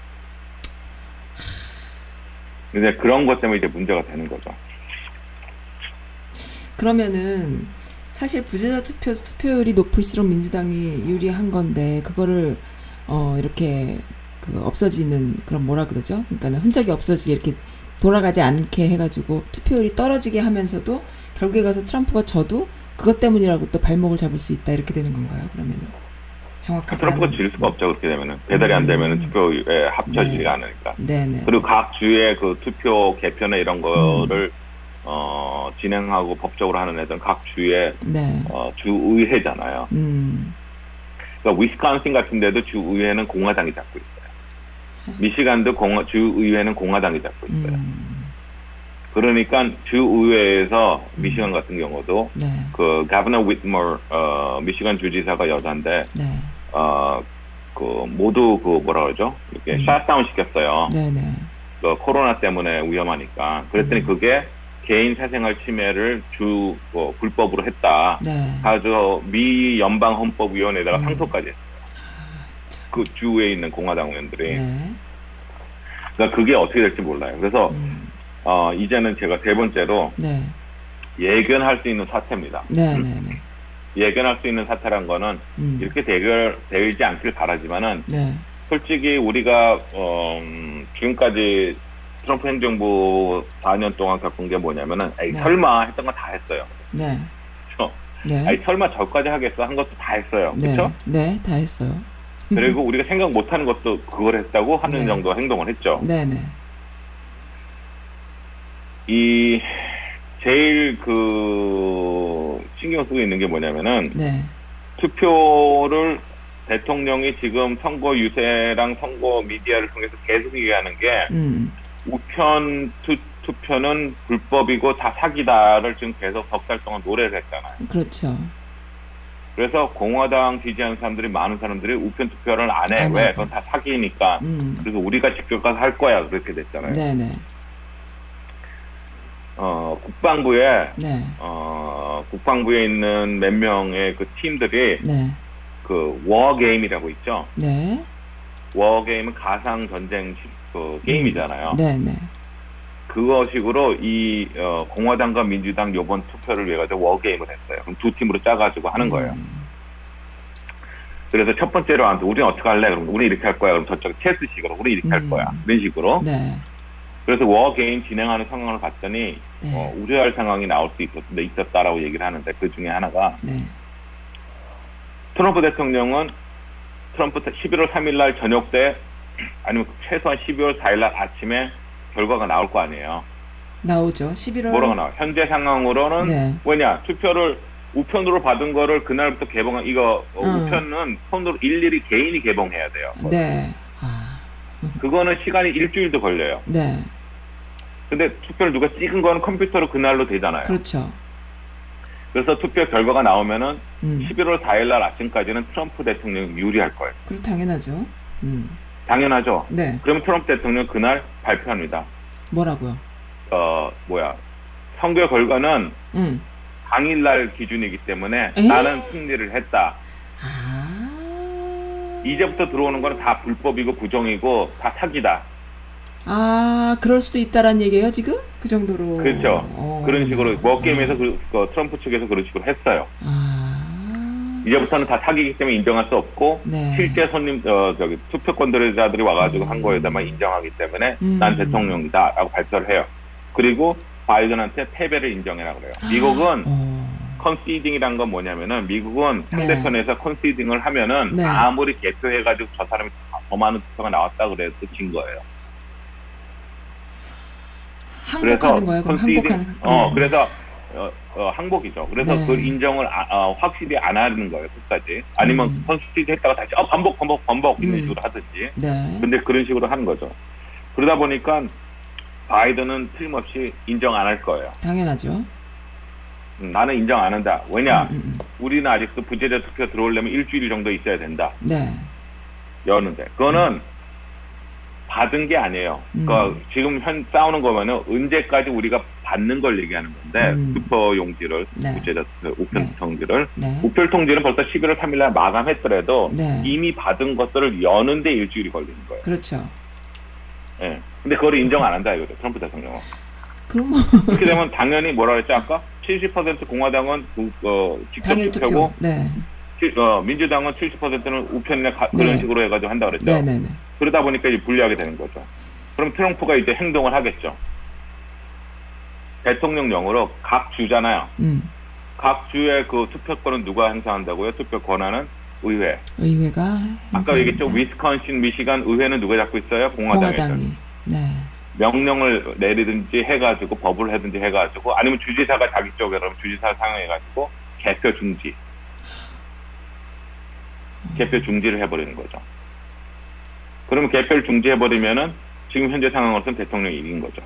Speaker 2: 근데 그런 것 때문에 이제 문제가 되는 거죠.
Speaker 1: 그러면은 사실 부재자 투표 투표율이 높을수록 민주당이 유리한 건데 그거를 어 이렇게 그 없어지는 그런 뭐라 그러죠? 그러니까는 흔적이 없어지게 이렇게 돌아가지 않게 해가지고 투표율이 떨어지게 하면서도 결국에 가서 트럼프가 져도 그것 때문이라고 또 발목을 잡을 수 있다 이렇게 되는 건가요? 그러면은 정확하지
Speaker 2: 트럼프가
Speaker 1: 않은-
Speaker 2: 질 수가 없죠. 그렇게 되면은 배달이 안
Speaker 1: 음.
Speaker 2: 되면은 투표에 합쳐지지
Speaker 1: 네.
Speaker 2: 않으니까.
Speaker 1: 네네.
Speaker 2: 그리고 각 주의 그 투표 개편에 이런 거를
Speaker 1: 음.
Speaker 2: 어, 진행하고 법적으로 하는 애들은 각 주의
Speaker 1: 네.
Speaker 2: 어, 주의회잖아요.
Speaker 1: 음.
Speaker 2: 그러니까 위스콘신 같은 데도 주의회는 공화당이 잡고 있어요. 미시간도 공화- 주의회는 공화당이 잡고 있어요.
Speaker 1: 음.
Speaker 2: 그러니까 주의회에서 미시간 같은 경우도
Speaker 1: 네.
Speaker 2: 그 가브너 윗머 어, 미시간 주지사가 여자인데
Speaker 1: 네.
Speaker 2: 어, 그 모두 그 뭐라 그러죠? 이렇게
Speaker 1: 음.
Speaker 2: 샷다운 시켰어요.
Speaker 1: 네네.
Speaker 2: 그 코로나 때문에 위험하니까. 그랬더니
Speaker 1: 음.
Speaker 2: 그게 개인 사생활 침해를 주 어, 불법으로 했다.
Speaker 1: 네.
Speaker 2: 아주 미 연방 헌법위원회에다가
Speaker 1: 음.
Speaker 2: 상소까지 했어요.
Speaker 1: 참.
Speaker 2: 그 주에 있는 공화당 의원들이.
Speaker 1: 네.
Speaker 2: 그러니까 그게 어떻게 될지 몰라요. 그래서
Speaker 1: 음.
Speaker 2: 어, 이제는 제가 세 번째로
Speaker 1: 네.
Speaker 2: 예견할 수 있는 사태입니다.
Speaker 1: 네네네.
Speaker 2: 예견할 수 있는 사태란 거는
Speaker 1: 음.
Speaker 2: 이렇게 대결 되지 않길 바라지만은
Speaker 1: 네.
Speaker 2: 솔직히 우리가 어, 음, 지금까지 트럼프 행정부 4년 동안 겪은 게 뭐냐면은 에이,
Speaker 1: 네.
Speaker 2: 설마 했던 거 다 했어요.
Speaker 1: 네.
Speaker 2: 그렇죠?
Speaker 1: 네.
Speaker 2: 아니 설마 저까지 하겠어 한 것도 다 했어요.
Speaker 1: 네.
Speaker 2: 그렇죠?
Speaker 1: 네. 다 했어요.
Speaker 2: 그리고 우리가 생각 못하는 것도 그걸 했다고 하는
Speaker 1: 네. 음.
Speaker 2: 정도 행동을 했죠.
Speaker 1: 네네.
Speaker 2: 이 제일 그 신경 쓰고 있는 게 뭐냐면은
Speaker 1: 네.
Speaker 2: 투표를 대통령이 지금 선거 유세랑 선거 미디어를 통해서 계속 얘기하는 게
Speaker 1: 음.
Speaker 2: 우편 투, 투표는 불법이고 다 사기다를 지금 계속 석 달 동안 노래를 했잖아요.
Speaker 1: 그렇죠.
Speaker 2: 그래서 공화당 지지하는 사람들이 많은 사람들이 우편 투표를 안 해.
Speaker 1: 안
Speaker 2: 왜?
Speaker 1: 하고.
Speaker 2: 그건 다 사기니까.
Speaker 1: 음.
Speaker 2: 그래서 우리가 직접 가서 할 거야. 그렇게 됐잖아요.
Speaker 1: 네네.
Speaker 2: 어, 국방부에
Speaker 1: 네.
Speaker 2: 어, 국방부에 있는 몇 명의 그 팀들이
Speaker 1: 네.
Speaker 2: 그 워게임이라고 있죠.
Speaker 1: 네. 네.
Speaker 2: 워게임은 가상 전쟁 시- 그 게임이잖아요.
Speaker 1: 네네.
Speaker 2: 그거식으로 이 어, 공화당과 민주당 요번 투표를 위해 가지고 워게임을 했어요. 그럼 두 팀으로 짜가지고
Speaker 1: 음.
Speaker 2: 하는 거예요. 그래서 첫 번째 라운드 우리는 어떻게 할래? 그럼 우리 이렇게 할 거야. 그럼 저쪽 체스식으로 우리 이렇게 할
Speaker 1: 음.
Speaker 2: 거야. 이런 식으로.
Speaker 1: 네.
Speaker 2: 그래서 워게임 진행하는 상황을 봤더니
Speaker 1: 네.
Speaker 2: 어, 우려할 상황이 나올 수 있었, 있었다라고 얘기를 하는데 그 중에 하나가
Speaker 1: 네.
Speaker 2: 트럼프 대통령은 트럼프 대- 11월 3일 날 저녁 때 아니면 최소한 12월 4일 날 아침에 결과가 나올 거 아니에요.
Speaker 1: 나오죠. 11월.
Speaker 2: 뭐라고 나와? 현재 상황으로는
Speaker 1: 네.
Speaker 2: 왜냐 투표를 우편으로 받은 거를 그날부터 개봉한 이거 어,
Speaker 1: 음.
Speaker 2: 우편은 손으로 일일이 개인이 개봉해야 돼요.
Speaker 1: 네. 아.
Speaker 2: 그거는 시간이 일주일도 걸려요.
Speaker 1: 네.
Speaker 2: 근데 투표를 누가 찍은 거는 컴퓨터로 그날로 되잖아요.
Speaker 1: 그렇죠.
Speaker 2: 그래서 투표 결과가 나오면은
Speaker 1: 음.
Speaker 2: 11월 4일 날 아침까지는 트럼프 대통령이 유리할 거예요.
Speaker 1: 그럼 당연하죠. 음.
Speaker 2: 당연하죠.
Speaker 1: 네.
Speaker 2: 그러면 트럼프 대통령 그날 발표합니다.
Speaker 1: 뭐라고요?
Speaker 2: 어 뭐야 선거 결과는
Speaker 1: 음.
Speaker 2: 당일날 기준이기 때문에
Speaker 1: 에이?
Speaker 2: 나는 승리를 했다.
Speaker 1: 아.
Speaker 2: 이제부터 들어오는 거는 다 불법이고 부정이고 다 사기다.
Speaker 1: 아, 그럴 수도 있다란 얘기예요, 지금? 그 정도로.
Speaker 2: 그렇죠.
Speaker 1: 어.
Speaker 2: 그런 식으로 워게임에서 그, 그 트럼프 측에서 그런 식으로 했어요.
Speaker 1: 아.
Speaker 2: 이제부터는 다 사기이기 때문에 인정할 수 없고
Speaker 1: 네.
Speaker 2: 실제 손님 어, 저기 투표권 들자들이 와가지고
Speaker 1: 음.
Speaker 2: 한 거에다만 인정하기 때문에
Speaker 1: 음.
Speaker 2: 난 대통령이다라고 발표를 해요. 그리고 바이든한테 패배를 인정해라 그래요.
Speaker 1: 아.
Speaker 2: 미국은
Speaker 1: 어.
Speaker 2: 컨시딩이란 건 뭐냐면은 미국은
Speaker 1: 네.
Speaker 2: 상대편에서 컨시딩을 하면은
Speaker 1: 네.
Speaker 2: 아무리 개표해가지고 저 사람이 더 많은 투표가 나왔다 그래도 진 거예요.
Speaker 1: 항복하는 거예요. 그럼
Speaker 2: 컨시딩-
Speaker 1: 항복하는
Speaker 2: 어
Speaker 1: 네.
Speaker 2: 그래서 어, 어, 항복이죠. 그래서
Speaker 1: 네.
Speaker 2: 그 인정을 아- 어, 확실히 안 하는 거예요 끝까지. 아니면
Speaker 1: 음.
Speaker 2: 컨시딩 했다가 다시 어 반복 반복 반복 이런
Speaker 1: 음.
Speaker 2: 식으로 하든지.
Speaker 1: 네.
Speaker 2: 근데 그런 식으로 하는 거죠. 그러다 보니까 바이든은 틀림없이 인정 안 할 거예요.
Speaker 1: 당연하죠.
Speaker 2: 음, 나는 인정 안 한다. 왜냐?
Speaker 1: 음, 음, 음.
Speaker 2: 우리는 아직도 부재자 투표 들어오려면 일주일 정도 있어야 된다.
Speaker 1: 네.
Speaker 2: 여는데 그거는 받은 게 아니에요.
Speaker 1: 음.
Speaker 2: 그러니까 지금 현 싸우는 거면은 언제까지 우리가 받는 걸 얘기하는 건데
Speaker 1: 음.
Speaker 2: 투표 용지를
Speaker 1: 네.
Speaker 2: 부재자 투표 우편
Speaker 1: 네.
Speaker 2: 통지를
Speaker 1: 네.
Speaker 2: 우편 통지는 벌써 11월 3일 날 마감했더라도
Speaker 1: 네.
Speaker 2: 이미 받은 것들을 여는데 일주일이 걸리는 거예요.
Speaker 1: 그렇죠.
Speaker 2: 예. 근데 그걸 인정 안 한다 이거죠. 트럼프 대통령은.
Speaker 1: 그럼 뭐
Speaker 2: 그렇게 되면 당연히 뭐라 그랬지 아까? 70% 공화당은 그, 어, 직접
Speaker 1: 당일
Speaker 2: 투표고
Speaker 1: 투표. 네.
Speaker 2: 칠- 어, 민주당은 70%는 우편이나 가- 그런
Speaker 1: 네.
Speaker 2: 식으로 해가지고 한다 그랬죠.
Speaker 1: 네, 네, 네.
Speaker 2: 그러다 보니까 이제 불리하게 되는 거죠. 그럼 트럼프가 이제 행동을 하겠죠. 대통령령으로 각 주잖아요.
Speaker 1: 음.
Speaker 2: 각 주의 그 투표권은 누가 행사한다고요? 투표 권한은 의회.
Speaker 1: 의회가
Speaker 2: 아까 얘기했죠.
Speaker 1: 행사합니다.
Speaker 2: 위스콘신, 미시간 의회는 누가 잡고 있어요? 네. 공화당에서.
Speaker 1: 공화당이. 네.
Speaker 2: 명령을 내리든지 해가지고 법을 하든지 해가지고 아니면 주지사가 자기 쪽에 그럼 주지사 상영해가지고 개표 중지. 개표 중지를 해버리는 거죠. 그러면 개표를 중지해버리면은 지금 현재 상황으로서는 대통령이 이긴 거죠.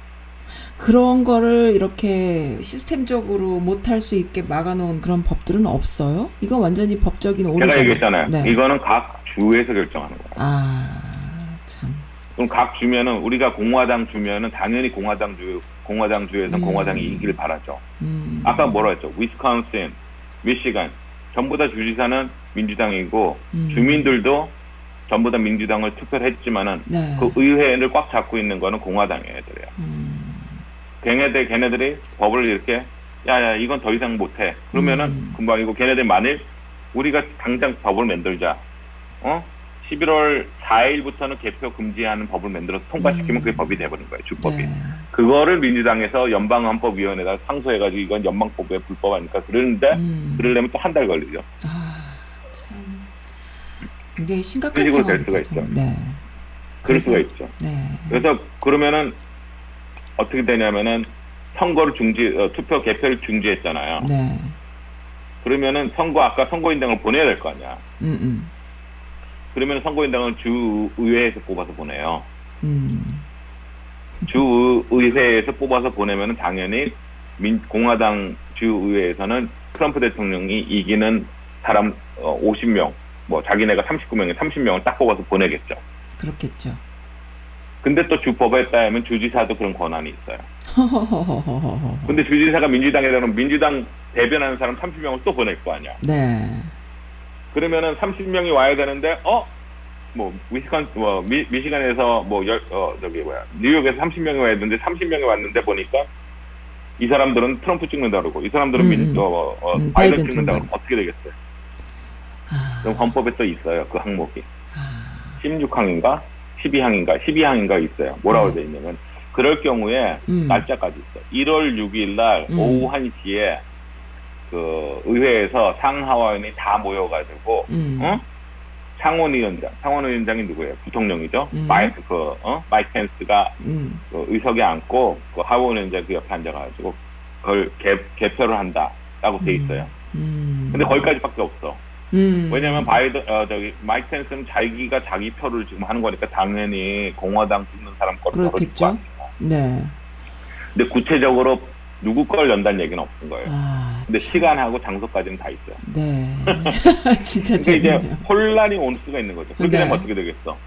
Speaker 1: 그런 거를 이렇게 시스템적으로 못할 수 있게 막아놓은 그런 법들은 없어요? 이거 완전히 법적인 오류잖아요.
Speaker 2: 제가 얘기했잖아요.
Speaker 1: 네.
Speaker 2: 이거는 각 주에서 결정하는 거예요.
Speaker 1: 아, 참.
Speaker 2: 그럼 각 주면은 우리가 공화당 주면은 당연히 공화당 주 공화당 주에서
Speaker 1: 음.
Speaker 2: 공화당이 이길 바라죠.
Speaker 1: 음.
Speaker 2: 아까 뭐라 했죠? 위스콘신, 미시간 전부 다 주지사는 민주당이고
Speaker 1: 음.
Speaker 2: 주민들도 전부 다 민주당을 투표를 했지만은
Speaker 1: 네.
Speaker 2: 그 의회를 꽉 잡고 있는 거는 공화당이에요, 애들이요.
Speaker 1: 음.
Speaker 2: 걔네들 걔네들이 법을 이렇게 야야 이건 더 이상 못해. 그러면은
Speaker 1: 음.
Speaker 2: 금방이고 걔네들 만일 우리가 당장 법을 만들자. 어? 11월 4일부터는 개표 금지하는 법을 만들어서 통과시키면
Speaker 1: 음.
Speaker 2: 그게 법이 돼버린 거예요, 주법이.
Speaker 1: 네.
Speaker 2: 그거를 민주당에서 연방헌법위원회가 상소해가지고 이건 연방법에 불법 아니까 그러는데
Speaker 1: 음.
Speaker 2: 그러려면 또 한 달 걸리죠.
Speaker 1: 아, 참. 굉장히 심각한
Speaker 2: 그리고 될
Speaker 1: 상황이죠.
Speaker 2: 수가 있죠.
Speaker 1: 네.
Speaker 2: 그럴 수가
Speaker 1: 그래서-
Speaker 2: 있죠.
Speaker 1: 네.
Speaker 2: 그래서 그러면은 어떻게 되냐면은 선거를 중지 어, 투표 개표를 중지했잖아요.
Speaker 1: 네.
Speaker 2: 그러면은 선거 아까 선거인당을 보내야 될 거 아니야.
Speaker 1: 음, 음.
Speaker 2: 그러면 선거인당을 주 의회에서 뽑아서 보내요.
Speaker 1: 음.
Speaker 2: 주 의회에서 뽑아서 보내면은 당연히 민 공화당 주 의회에서는 트럼프 대통령이 이기는 사람 어, 50명 뭐 자기네가 39명에 30명을 딱 뽑아서 보내겠죠.
Speaker 1: 그렇겠죠.
Speaker 2: 근데 또 주법에 따르면 주지사도 그런 권한이 있어요.
Speaker 1: 허허허허허허.
Speaker 2: 근데 주지사가 민주당에 대한 민주당 대변하는 사람 30명을 또 보낼 거 아니야.
Speaker 1: 네.
Speaker 2: 그러면은 30명이 와야 되는데 어 뭐 미시간 뭐 미, 미시간에서 뭐 열, 어, 저기 뭐야 뉴욕에서 30명이 왔는데 30명이 왔는데 보니까 이 사람들은 트럼프 찍는다 그러고 이 사람들은
Speaker 1: 음,
Speaker 2: 민, 어, 어, 어,
Speaker 1: 음,
Speaker 2: 바이든
Speaker 1: 바이든
Speaker 2: 찍는다
Speaker 1: 찍는다.
Speaker 2: 그러고 어떻게 되겠어요?
Speaker 1: 아,
Speaker 2: 그럼 헌법에 또 있어요 그 항목이
Speaker 1: 아,
Speaker 2: 16항인가 12항인가 12항인가 있어요. 뭐라고
Speaker 1: 네.
Speaker 2: 돼 있냐면 그럴 경우에
Speaker 1: 음.
Speaker 2: 날짜까지 있어. 1월 6일 날
Speaker 1: 음.
Speaker 2: 오후 1시에 그 의회에서 상하원이 다 모여가지고
Speaker 1: 음,
Speaker 2: 어? 상원 위원장, 상원 위원장이 누구예요? 부통령이죠.
Speaker 1: 음.
Speaker 2: 마이크 그 어? 마이크 펜스가
Speaker 1: 음,
Speaker 2: 그 의석에 앉고 그 하원 위원장 그 옆에 앉아가지고 그걸 개, 개표를 한다라고 돼 음. 있어요.
Speaker 1: 음.
Speaker 2: 근데 거기까지밖에 없어.
Speaker 1: 음.
Speaker 2: 왜냐면 바이든 어 저기 마이크 펜스는 자기가 자기 표를 지금 하는 거니까 당연히 공화당 찍는 사람 거를 걸어줄
Speaker 1: 그렇겠죠.
Speaker 2: 거 아니에요.
Speaker 1: 네.
Speaker 2: 근데 구체적으로 누구 걸 연다는 얘기는 없는 거예요.
Speaker 1: 아,
Speaker 2: 근데
Speaker 1: 참.
Speaker 2: 시간하고 장소까지는 다 있어요.
Speaker 1: 네. 진짜
Speaker 2: 근데 이제
Speaker 1: 재밌네요.
Speaker 2: 혼란이 올 수가 있는 거죠. 그렇게
Speaker 1: 네.
Speaker 2: 되면 어떻게 되겠어?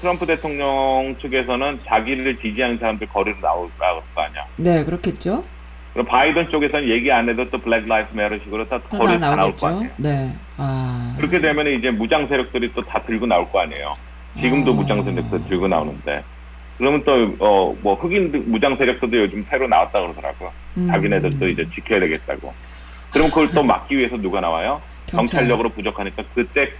Speaker 2: 트럼프 대통령 측에서는 자기를 지지하는 사람들 거리로 나올까 그럴 거 아니야.
Speaker 1: 네, 그렇겠죠.
Speaker 2: 그럼 바이든 쪽에서는 얘기 안 해도 또 블랙 라이프 메러 식으로 다
Speaker 1: 다, 다
Speaker 2: 거리로 다 나올
Speaker 1: 나오겠죠.
Speaker 2: 거 아니에요.
Speaker 1: 네. 아.
Speaker 2: 그렇게 되면 이제 무장 세력들이 또 다 들고 나올 거 아니에요. 지금도
Speaker 1: 아.
Speaker 2: 무장 세력들 들고 나오는데. 그러면 또, 어, 뭐, 흑인 무장 세력들도 요즘 새로 나왔다 그러더라고요.
Speaker 1: 음.
Speaker 2: 자기네들도 이제 지켜야 되겠다고. 그럼 그걸 또 막기 위해서 누가 나와요?
Speaker 1: 경찰.
Speaker 2: 경찰력으로 부족하니까 그때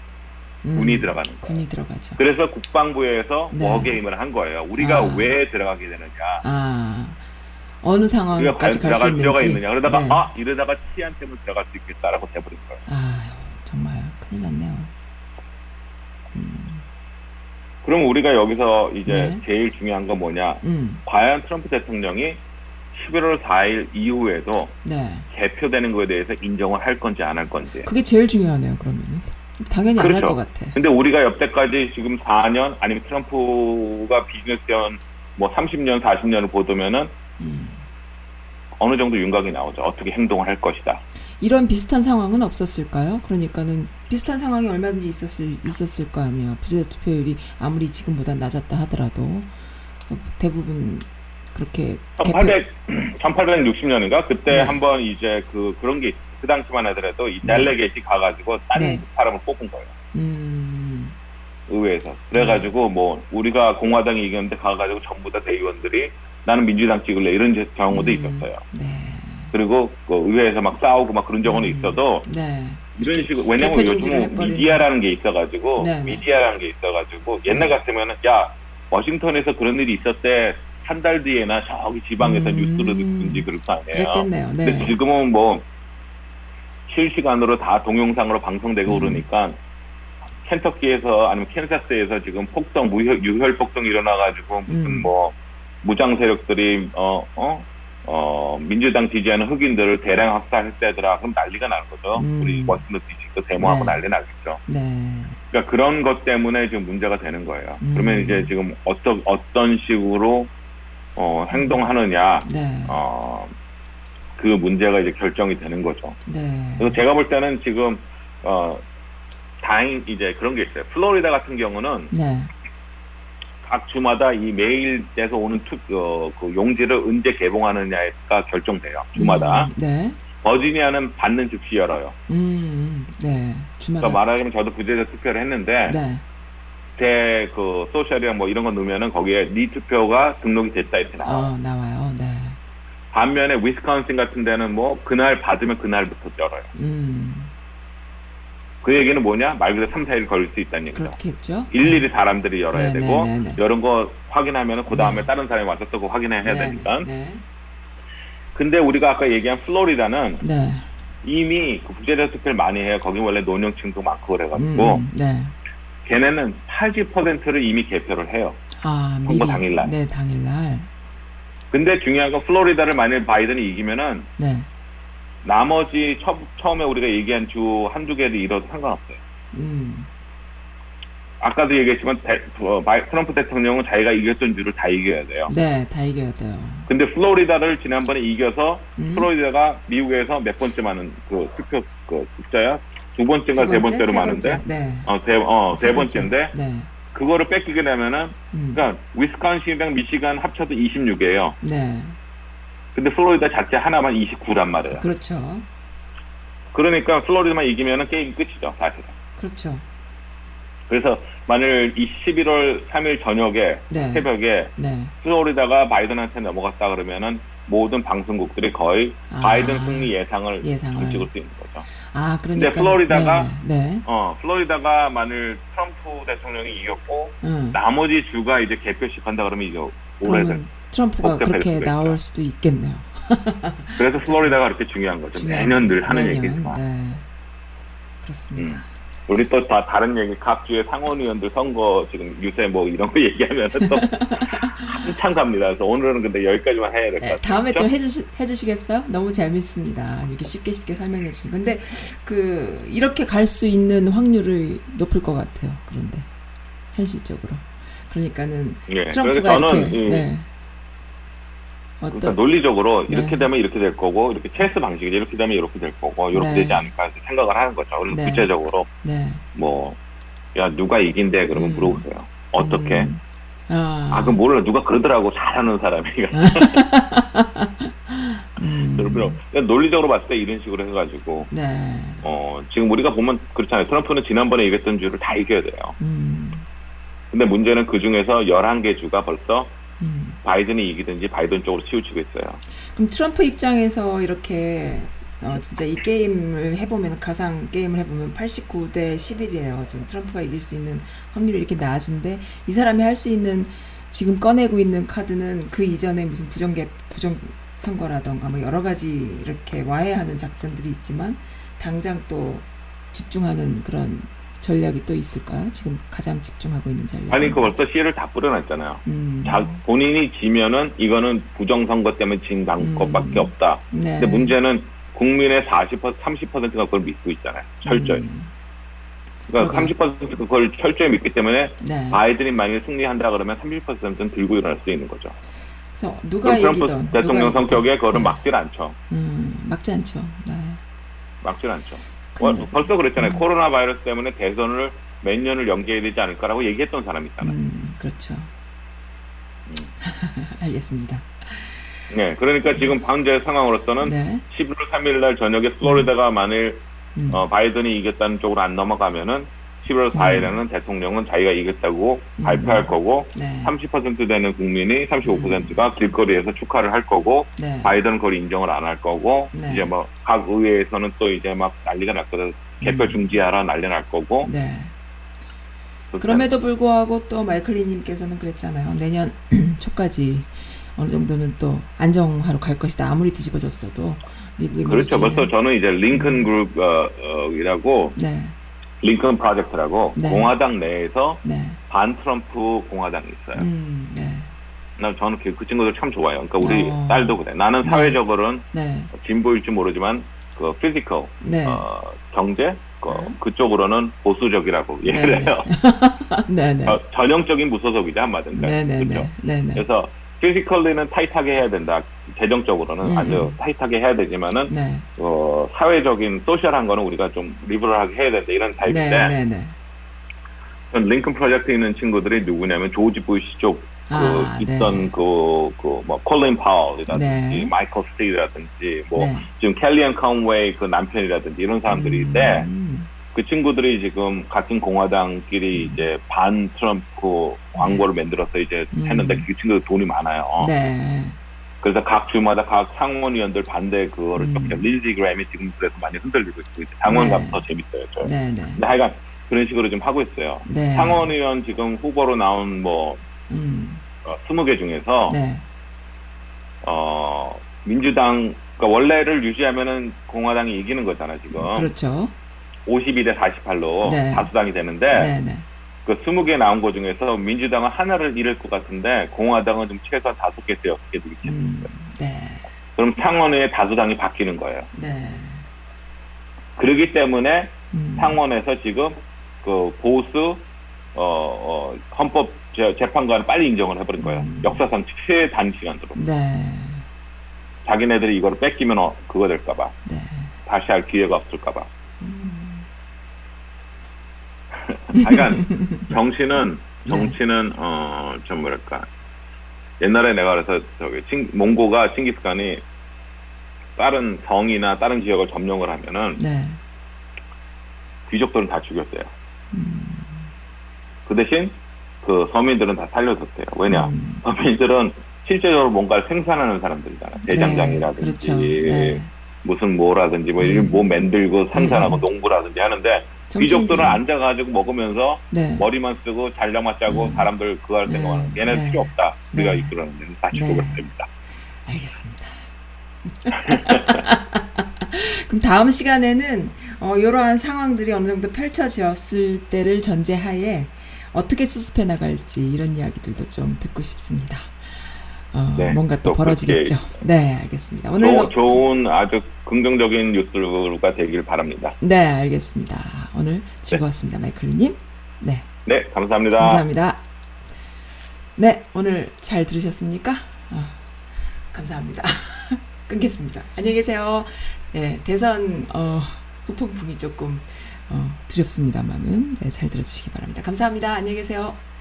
Speaker 1: 음,
Speaker 2: 군이 들어가는 거예요.
Speaker 1: 군이 들어가죠.
Speaker 2: 그래서 국방부에서
Speaker 1: 네.
Speaker 2: 워 게임을 한 거예요. 우리가
Speaker 1: 아.
Speaker 2: 왜 들어가게 되느냐.
Speaker 1: 아. 어느
Speaker 2: 우리가 과연
Speaker 1: 상황까지 아, 갈 수
Speaker 2: 그러니까 들어갈
Speaker 1: 있는지.
Speaker 2: 필요가 있느냐. 그러다가,
Speaker 1: 네.
Speaker 2: 아, 이러다가 치안 때문에 들어갈 수 있겠다라고 돼버린 거예요.
Speaker 1: 아유, 정말 큰일 났네요. 음.
Speaker 2: 그럼 우리가 여기서 이제
Speaker 1: 네.
Speaker 2: 제일 중요한 건 뭐냐.
Speaker 1: 음.
Speaker 2: 과연 트럼프 대통령이 11월 4일 이후에도
Speaker 1: 네.
Speaker 2: 개표되는 거에 대해서 인정을 할 건지 안 할 건지.
Speaker 1: 그게 제일 중요하네요. 그러면은 당연히 안 할
Speaker 2: 그렇죠.
Speaker 1: 것 같아.
Speaker 2: 근데 우리가 여태까지 지금 4년 아니면 트럼프가 비즈니스년 뭐 30년, 40년을 보도면은
Speaker 1: 음.
Speaker 2: 어느 정도 윤곽이 나오죠. 어떻게 행동을 할 것이다.
Speaker 1: 이런 비슷한 상황은 없었을까요? 그러니까는 비슷한 상황이 얼마든지 있었을 있었을 거 아니에요. 부재자 투표율이 아무리 지금보다 낮았다 하더라도 어, 대부분 그렇게
Speaker 2: 1800, 1860년인가? 그때
Speaker 1: 네.
Speaker 2: 한번 이제 그, 그런 게, 있- 그 당시만 하더라도 이
Speaker 1: 네.
Speaker 2: 델레게이트 가가지고 다른
Speaker 1: 네.
Speaker 2: 사람을 뽑은 거예요.
Speaker 1: 음,
Speaker 2: 의회에서. 그래가지고 뭐, 우리가 공화당이 이겼는데 가가지고 전부 다 대의원들이 나는 민주당 찍을래. 이런 제- 경우도
Speaker 1: 음.
Speaker 2: 있었어요.
Speaker 1: 네,
Speaker 2: 그리고 그 의회에서 막 싸우고 막 그런 적은
Speaker 1: 음.
Speaker 2: 있어도
Speaker 1: 네,
Speaker 2: 이런 식으로, 왜냐면
Speaker 1: 대표 중지를
Speaker 2: 요즘은
Speaker 1: 해버리는.
Speaker 2: 미디어라는 게 있어가지고,
Speaker 1: 네, 네.
Speaker 2: 미디어라는 게 있어가지고, 옛날
Speaker 1: 네.
Speaker 2: 같으면은, 야, 워싱턴에서 그런 일이 있었대. 한 달 뒤에나 저기 지방에서
Speaker 1: 음.
Speaker 2: 뉴스로 듣든지 그럴 거 아니에요.
Speaker 1: 그랬겠네요.
Speaker 2: 근데
Speaker 1: 네,
Speaker 2: 지금은 뭐 실시간으로 다 동영상으로 방송되고
Speaker 1: 음.
Speaker 2: 그러니까 켄터키에서 아니면 캔사스에서 지금 폭동 무혈, 유혈 폭동 이 일어나가지고 무슨
Speaker 1: 음.
Speaker 2: 뭐 무장 세력들이 어어 어, 어, 민주당 지지하는 흑인들을 대량 학살했다더라 그럼 난리가 나는 거죠.
Speaker 1: 음.
Speaker 2: 우리 워싱턴 DC도 데모하고
Speaker 1: 네.
Speaker 2: 난리 나겠죠.
Speaker 1: 네,
Speaker 2: 그러니까 그런 것 때문에 지금 문제가 되는 거예요.
Speaker 1: 음.
Speaker 2: 그러면 이제 지금 어떤 어떤 식으로 어, 행동하느냐
Speaker 1: 네,
Speaker 2: 어, 그 문제가 이제 결정이 되는 거죠.
Speaker 1: 네,
Speaker 2: 그래서 제가 볼 때는 지금, 어, 다행, 이제 그런 게 있어요. 플로리다 같은 경우는
Speaker 1: 네,
Speaker 2: 각 주마다 이 메일에서 오는 투, 어, 그 용지를 언제 개봉하느냐가 결정돼요. 주마다.
Speaker 1: 음, 네,
Speaker 2: 버지니아는 받는 즉시 열어요.
Speaker 1: 음, 음, 네, 주마다,
Speaker 2: 그러니까 말하자면 저도 부재자 투표를 했는데,
Speaker 1: 네,
Speaker 2: 제 그 소셜이나 뭐 이런 거 넣으면은 거기에 네 투표가 등록이 됐다 이렇게 나와요.
Speaker 1: 어 나와요, 네,
Speaker 2: 반면에 위스콘신 같은 데는 뭐 그날 받으면 그날부터 열어요.
Speaker 1: 음,
Speaker 2: 그 얘기는 뭐냐? 말 그대로 3, 4일 걸릴 수 있다는 얘기죠.
Speaker 1: 그렇겠죠.
Speaker 2: 그러니까 일일이 사람들이 열어야
Speaker 1: 네,
Speaker 2: 되고
Speaker 1: 네, 네, 네.
Speaker 2: 이런 거 확인하면 그 다음에
Speaker 1: 네.
Speaker 2: 다른 사람이 와서 또 그거 확인해야
Speaker 1: 네,
Speaker 2: 되니까
Speaker 1: 네,
Speaker 2: 근데 우리가 아까 얘기한 플로리다는
Speaker 1: 네, 네.
Speaker 2: 이미 그 부재자 투표를 많이 해요 거기 원래 노년층도 많고 그래가지고
Speaker 1: 음, 음, 네.
Speaker 2: 걔네는 80%를 이미 개표를 해요
Speaker 1: 아,
Speaker 2: 선거
Speaker 1: 미리.
Speaker 2: 당일날.
Speaker 1: 네, 당일날. 근데
Speaker 2: 근데 중요한 건 플로리다를 만일 바이든이 이기면은
Speaker 1: 네.
Speaker 2: 나머지 처, 음에 우리가 얘기한 주 한두 개를 잃어도 상관없어요
Speaker 1: 음.
Speaker 2: 아까도 얘기했지만 대- 어, 마이- 트럼프 대통령은 자기가 이겼던 주를 다 이겨야 돼요
Speaker 1: 네, 다 이겨야 돼요.
Speaker 2: 근데 플로리다를 지난번에 이겨서
Speaker 1: 음.
Speaker 2: 플로리다가 미국에서 몇 번째 많은 그 투표 그 숫자야 두 번째인가
Speaker 1: 두
Speaker 2: 세
Speaker 1: 번째,
Speaker 2: 번째로
Speaker 1: 세
Speaker 2: 많은데
Speaker 1: 번째. 네.
Speaker 2: 어세어세
Speaker 1: 세 번째.
Speaker 2: 번째인데
Speaker 1: 네.
Speaker 2: 그거를 뺏기게 되면은
Speaker 1: 음.
Speaker 2: 그러니까 위스콘신이랑 미시간 합쳐도 26이에요.
Speaker 1: 네.
Speaker 2: 근데 플로리다 자체 하나만 29란 말이에요.
Speaker 1: 그렇죠.
Speaker 2: 그러니까 플로리다만 이기면은 게임 끝이죠 사실은.
Speaker 1: 그렇죠.
Speaker 2: 그래서 만일 이 11월 3일 저녁에
Speaker 1: 네.
Speaker 2: 새벽에
Speaker 1: 네.
Speaker 2: 플로리다가 바이든한테 넘어갔다 그러면은 모든 방송국들이 거의
Speaker 1: 아,
Speaker 2: 바이든 승리 예상을
Speaker 1: 예상을.
Speaker 2: 찍을 수 있는 거죠.
Speaker 1: 아, 그러니까.
Speaker 2: 플로리다가
Speaker 1: 네. 네.
Speaker 2: 어, 플로리다가 만일 트럼프 대통령이 이겼고
Speaker 1: 응.
Speaker 2: 나머지 주가 이제 개표식 한다 그러면 이제 오래된.
Speaker 1: 그러면 트럼프가
Speaker 2: 복잡할
Speaker 1: 그렇게
Speaker 2: 수가 있다.
Speaker 1: 나올 수도 있겠네요.
Speaker 2: 그래서 플로리다가 이렇게 중요한 거죠.
Speaker 1: 중요한
Speaker 2: 매년 늘 하는
Speaker 1: 매년,
Speaker 2: 얘기지만 음.
Speaker 1: 네. 그렇습니다.
Speaker 2: 우리 또 다 다른 얘기 각 주의 상원의원들 선거 지금 요새 뭐 이런 거 얘기하면 또 한참 갑니다. 그래서 오늘은 근데 여기까지만 해야 될 것
Speaker 1: 네,
Speaker 2: 같아요.
Speaker 1: 다음에
Speaker 2: 그렇죠?
Speaker 1: 좀 해주시, 해주시겠어요? 너무 재밌습니다. 이렇게 쉽게 쉽게 설명해 주시는. 근데 그 이렇게 갈 수 있는 확률이 높을 것 같아요. 그런데 현실적으로. 그러니까는
Speaker 2: 예,
Speaker 1: 트럼프가
Speaker 2: 그래서 저는
Speaker 1: 이렇게
Speaker 2: 이-
Speaker 1: 네.
Speaker 2: 그러니까
Speaker 1: 어떤
Speaker 2: 논리적으로
Speaker 1: 네.
Speaker 2: 이렇게 되면 이렇게 될 거고 이렇게 체스 방식이 이렇게 되면 이렇게 될 거고 이렇게
Speaker 1: 네.
Speaker 2: 되지 않을까 이렇게 생각을 하는 거죠. 그래서
Speaker 1: 네.
Speaker 2: 구체적으로
Speaker 1: 네.
Speaker 2: 뭐 야 누가 이긴데 그러면
Speaker 1: 음.
Speaker 2: 물어보세요. 어떻게?
Speaker 1: 음. 아,
Speaker 2: 아 그럼 몰라 누가 그러더라고 잘하는 사람이
Speaker 1: 음.
Speaker 2: 그러면 논리적으로 봤을 때 이런 식으로 해가지고
Speaker 1: 네.
Speaker 2: 어 지금 우리가 보면 그렇잖아요. 트럼프는 지난번에 이겼던 주를 다 이겨야 돼요.
Speaker 1: 음.
Speaker 2: 근데 문제는 그 중에서 11개 주가 벌써
Speaker 1: 음.
Speaker 2: 바이든이 이기든지 바이든 쪽으로 치우치고 있어요.
Speaker 1: 그럼 트럼프 입장에서 이렇게 어, 진짜 이 게임을 해보면 가상 게임을 해보면 89대 11이에요. 지금 트럼프가 이길 수 있는 확률이 이렇게 낮은데 이 사람이 할 수 있는 지금 꺼내고 있는 카드는 그 이전에 무슨 부정계 부정 선거라던가 뭐 여러 가지 이렇게 와해하는 작전들이 있지만 당장 또 집중하는 그런 전략이 또 있을까요? 지금 가장 집중하고 있는 전략.
Speaker 2: 아니 그 벌써 씨를 다 뿌려놨잖아요.
Speaker 1: 음.
Speaker 2: 자, 본인이 지면은 이거는 부정선거 때문에 진
Speaker 1: 음.
Speaker 2: 것밖에 없다.
Speaker 1: 네.
Speaker 2: 근데 문제는 국민의 40% 30%가 그걸 믿고 있잖아요. 철저히.
Speaker 1: 음.
Speaker 2: 그러니까
Speaker 1: 그러게요.
Speaker 2: 30% 그걸 철저히 믿기 때문에
Speaker 1: 네.
Speaker 2: 바이든이 만약에 승리한다 그러면 30%는 들고 일어날 수 있는 거죠.
Speaker 1: 그래서 누가
Speaker 2: 그럼 트럼프
Speaker 1: 이기던
Speaker 2: 대통령
Speaker 1: 누가 이기던.
Speaker 2: 성격에 그거를
Speaker 1: 네.
Speaker 2: 막질 않죠.
Speaker 1: 음, 막지 않죠. 네.
Speaker 2: 막질 않죠.
Speaker 1: 큰일
Speaker 2: 어,
Speaker 1: 나죠.
Speaker 2: 벌써 그랬잖아요.
Speaker 1: 음.
Speaker 2: 코로나 바이러스 때문에 대선을 몇 년을 연기해야 되지 않을까라고 얘기했던 사람이 있잖아요.
Speaker 1: 음, 그렇죠. 알겠습니다.
Speaker 2: 네, 그러니까 지금 현재 상황으로서는
Speaker 1: 음. 네.
Speaker 2: 11월 3일 날 저녁에 플로리다가 만일
Speaker 1: 음,
Speaker 2: 어, 바이든이 이겼다는 쪽으로 안 넘어가면은 11월 4일에는 대통령은 자기가 이겼다고
Speaker 1: 음.
Speaker 2: 발표할 거고
Speaker 1: 네.
Speaker 2: 30% 되는 국민이 35%가 길거리에서 축하를 할 거고
Speaker 1: 네.
Speaker 2: 바이든은 그걸 인정을 안 할 거고
Speaker 1: 네.
Speaker 2: 이제 뭐 각 의회에서는 또 이제 막 난리가 났거든 개표
Speaker 1: 음.
Speaker 2: 중지하라 난리 날 거고
Speaker 1: 네.
Speaker 2: 그렇잖아요.
Speaker 1: 그럼에도 불구하고 또 마이클리님께서는 그랬잖아요. 내년 초까지 어느 정도는 또 안정화로 갈 것이다. 아무리 뒤집어졌어도 미국의
Speaker 2: 그렇죠
Speaker 1: 민주주의는-
Speaker 2: 벌써 저는 이제 링컨 어, 그룹이라고
Speaker 1: 네,
Speaker 2: 링컨 프로젝트라고
Speaker 1: 네.
Speaker 2: 공화당 내에서
Speaker 1: 네,
Speaker 2: 반 트럼프 공화당이 있어요
Speaker 1: 음, 네,
Speaker 2: 나 저는 그, 그 친구들 참 좋아요. 그러니까 우리
Speaker 1: 어.
Speaker 2: 딸도 그래. 나는
Speaker 1: 네.
Speaker 2: 사회적으로는
Speaker 1: 네,
Speaker 2: 진보일지 모르지만 그 피지컬
Speaker 1: 네,
Speaker 2: 어, 경제 그,
Speaker 1: 네.
Speaker 2: 그쪽으로는 보수적이라고 얘기를
Speaker 1: 네.
Speaker 2: 해요.
Speaker 1: 네, 네,
Speaker 2: 어, 전형적인 무소속이죠 한마디로.
Speaker 1: 네, 네,
Speaker 2: 그렇죠.
Speaker 1: 네, 네, 네,
Speaker 2: 그래서 피지컬리는 타이트하게 해야 된다. 재정적으로는
Speaker 1: 음.
Speaker 2: 아주 타이트하게 해야 되지만은
Speaker 1: 네,
Speaker 2: 어, 사회적인 소셜한 거는 우리가 좀 리버럴하게 해야 된다 이런 타입인데
Speaker 1: 네, 네, 네.
Speaker 2: 그런 링컨 프로젝트에 있는 친구들이 누구냐면 조지 부시 쪽 그
Speaker 1: 아,
Speaker 2: 있던 그 그뭐 콜린 파월이라든지
Speaker 1: 네.
Speaker 2: 마이클 스틸이라든지 뭐
Speaker 1: 네.
Speaker 2: 지금 캘리언 컨웨이 그 남편이라든지 이런 사람들인데
Speaker 1: 음,
Speaker 2: 그 친구들이 지금 같은 공화당끼리 이제 반 트럼프 광고를 만들어서 이제
Speaker 1: 음.
Speaker 2: 했는데 그 친구들 돈이 많아요.
Speaker 1: 네.
Speaker 2: 그래서 각 주마다 각 상원의원들 반대 그거를
Speaker 1: 음.
Speaker 2: 적게 릴지 그램이 지금 그래서 많이 흔들리고 있고 이제 당원감
Speaker 1: 네.
Speaker 2: 더 재밌어요. 저.
Speaker 1: 네네.
Speaker 2: 근데 하여간 그런 식으로 좀 하고 있어요.
Speaker 1: 네.
Speaker 2: 상원의원 지금 후보로 나온 뭐
Speaker 1: 음.
Speaker 2: 어, 20개 중에서
Speaker 1: 네.
Speaker 2: 어, 민주당, 그러니까 원래를 유지하면은 공화당이 이기는 거잖아, 지금.
Speaker 1: 그렇죠.
Speaker 2: 52대 48로
Speaker 1: 네.
Speaker 2: 다수당이 되는데,
Speaker 1: 네네.
Speaker 2: 그 20개 나온 것 중에서 민주당은 하나를 잃을 것 같은데, 공화당은 좀 최소한 5개에서 6개 되겠죠.
Speaker 1: 음. 네.
Speaker 2: 그럼 상원의 다수당이 바뀌는 거예요.
Speaker 1: 네.
Speaker 2: 그러기 때문에
Speaker 1: 음.
Speaker 2: 상원에서 지금 그 보수, 어, 어, 헌법 재- 재판관을 빨리 인정을 해버린 거예요.
Speaker 1: 음.
Speaker 2: 역사상 최단시간으로.
Speaker 1: 네.
Speaker 2: 자기네들이 이거를 뺏기면 어, 그거 될까봐.
Speaker 1: 네.
Speaker 2: 다시 할 기회가 없을까봐.
Speaker 1: 음.
Speaker 2: 하여간 정치는 정치는 어좀 뭐랄까 옛날에 내가 그래서 저기 친, 몽고가 칭기스칸이 다른 성이나 다른 지역을 점령을 하면은
Speaker 1: 네.
Speaker 2: 귀족들은 다 죽였대요.
Speaker 1: 음.
Speaker 2: 그 대신 그 서민들은 다 살려줬대요. 왜냐?
Speaker 1: 음,
Speaker 2: 서민들은 실제적으로 뭔가를 생산하는 사람들이잖아.
Speaker 1: 네,
Speaker 2: 대장장이라든지
Speaker 1: 그렇죠. 네.
Speaker 2: 무슨 뭐라든지 뭐,
Speaker 1: 음.
Speaker 2: 뭐 만들고 생산하고
Speaker 1: 음.
Speaker 2: 농부라든지 하는데
Speaker 1: 정치인들은-
Speaker 2: 귀족들은 앉아가지고 먹으면서
Speaker 1: 네.
Speaker 2: 머리만 쓰고 잘량만 짜고
Speaker 1: 음.
Speaker 2: 사람들 그거 할 생각하는
Speaker 1: 음.
Speaker 2: 얘네
Speaker 1: 네.
Speaker 2: 는 필요 없다. 우리가
Speaker 1: 네.
Speaker 2: 이끌어는 데는 다시
Speaker 1: 네.
Speaker 2: 네. 그렇습니다.
Speaker 1: 알겠습니다. 그럼 다음 시간에는 어, 이러한 상황들이 어느 정도 펼쳐졌을 때를 전제하에 어떻게 수습해 나갈지 이런 이야기들도 좀 듣고 싶습니다. 어,
Speaker 2: 네,
Speaker 1: 뭔가 또
Speaker 2: 또
Speaker 1: 벌어지겠죠. 네, 알겠습니다. 오늘
Speaker 2: 좋은, 좋은 아주 긍정적인 뉴스가 되길 바랍니다.
Speaker 1: 네, 알겠습니다. 오늘 즐거웠습니다, 마이클리님. 네,
Speaker 2: 네, 감사합니다.
Speaker 1: 감사합니다. 네, 오늘 잘 들으셨습니까? 어, 감사합니다. 끊겠습니다. 안녕히 계세요. 네, 대선 어, 후폭풍이 조금 어, 두렵습니다만은 네, 잘 들어주시기 바랍니다. 감사합니다. 안녕히 계세요.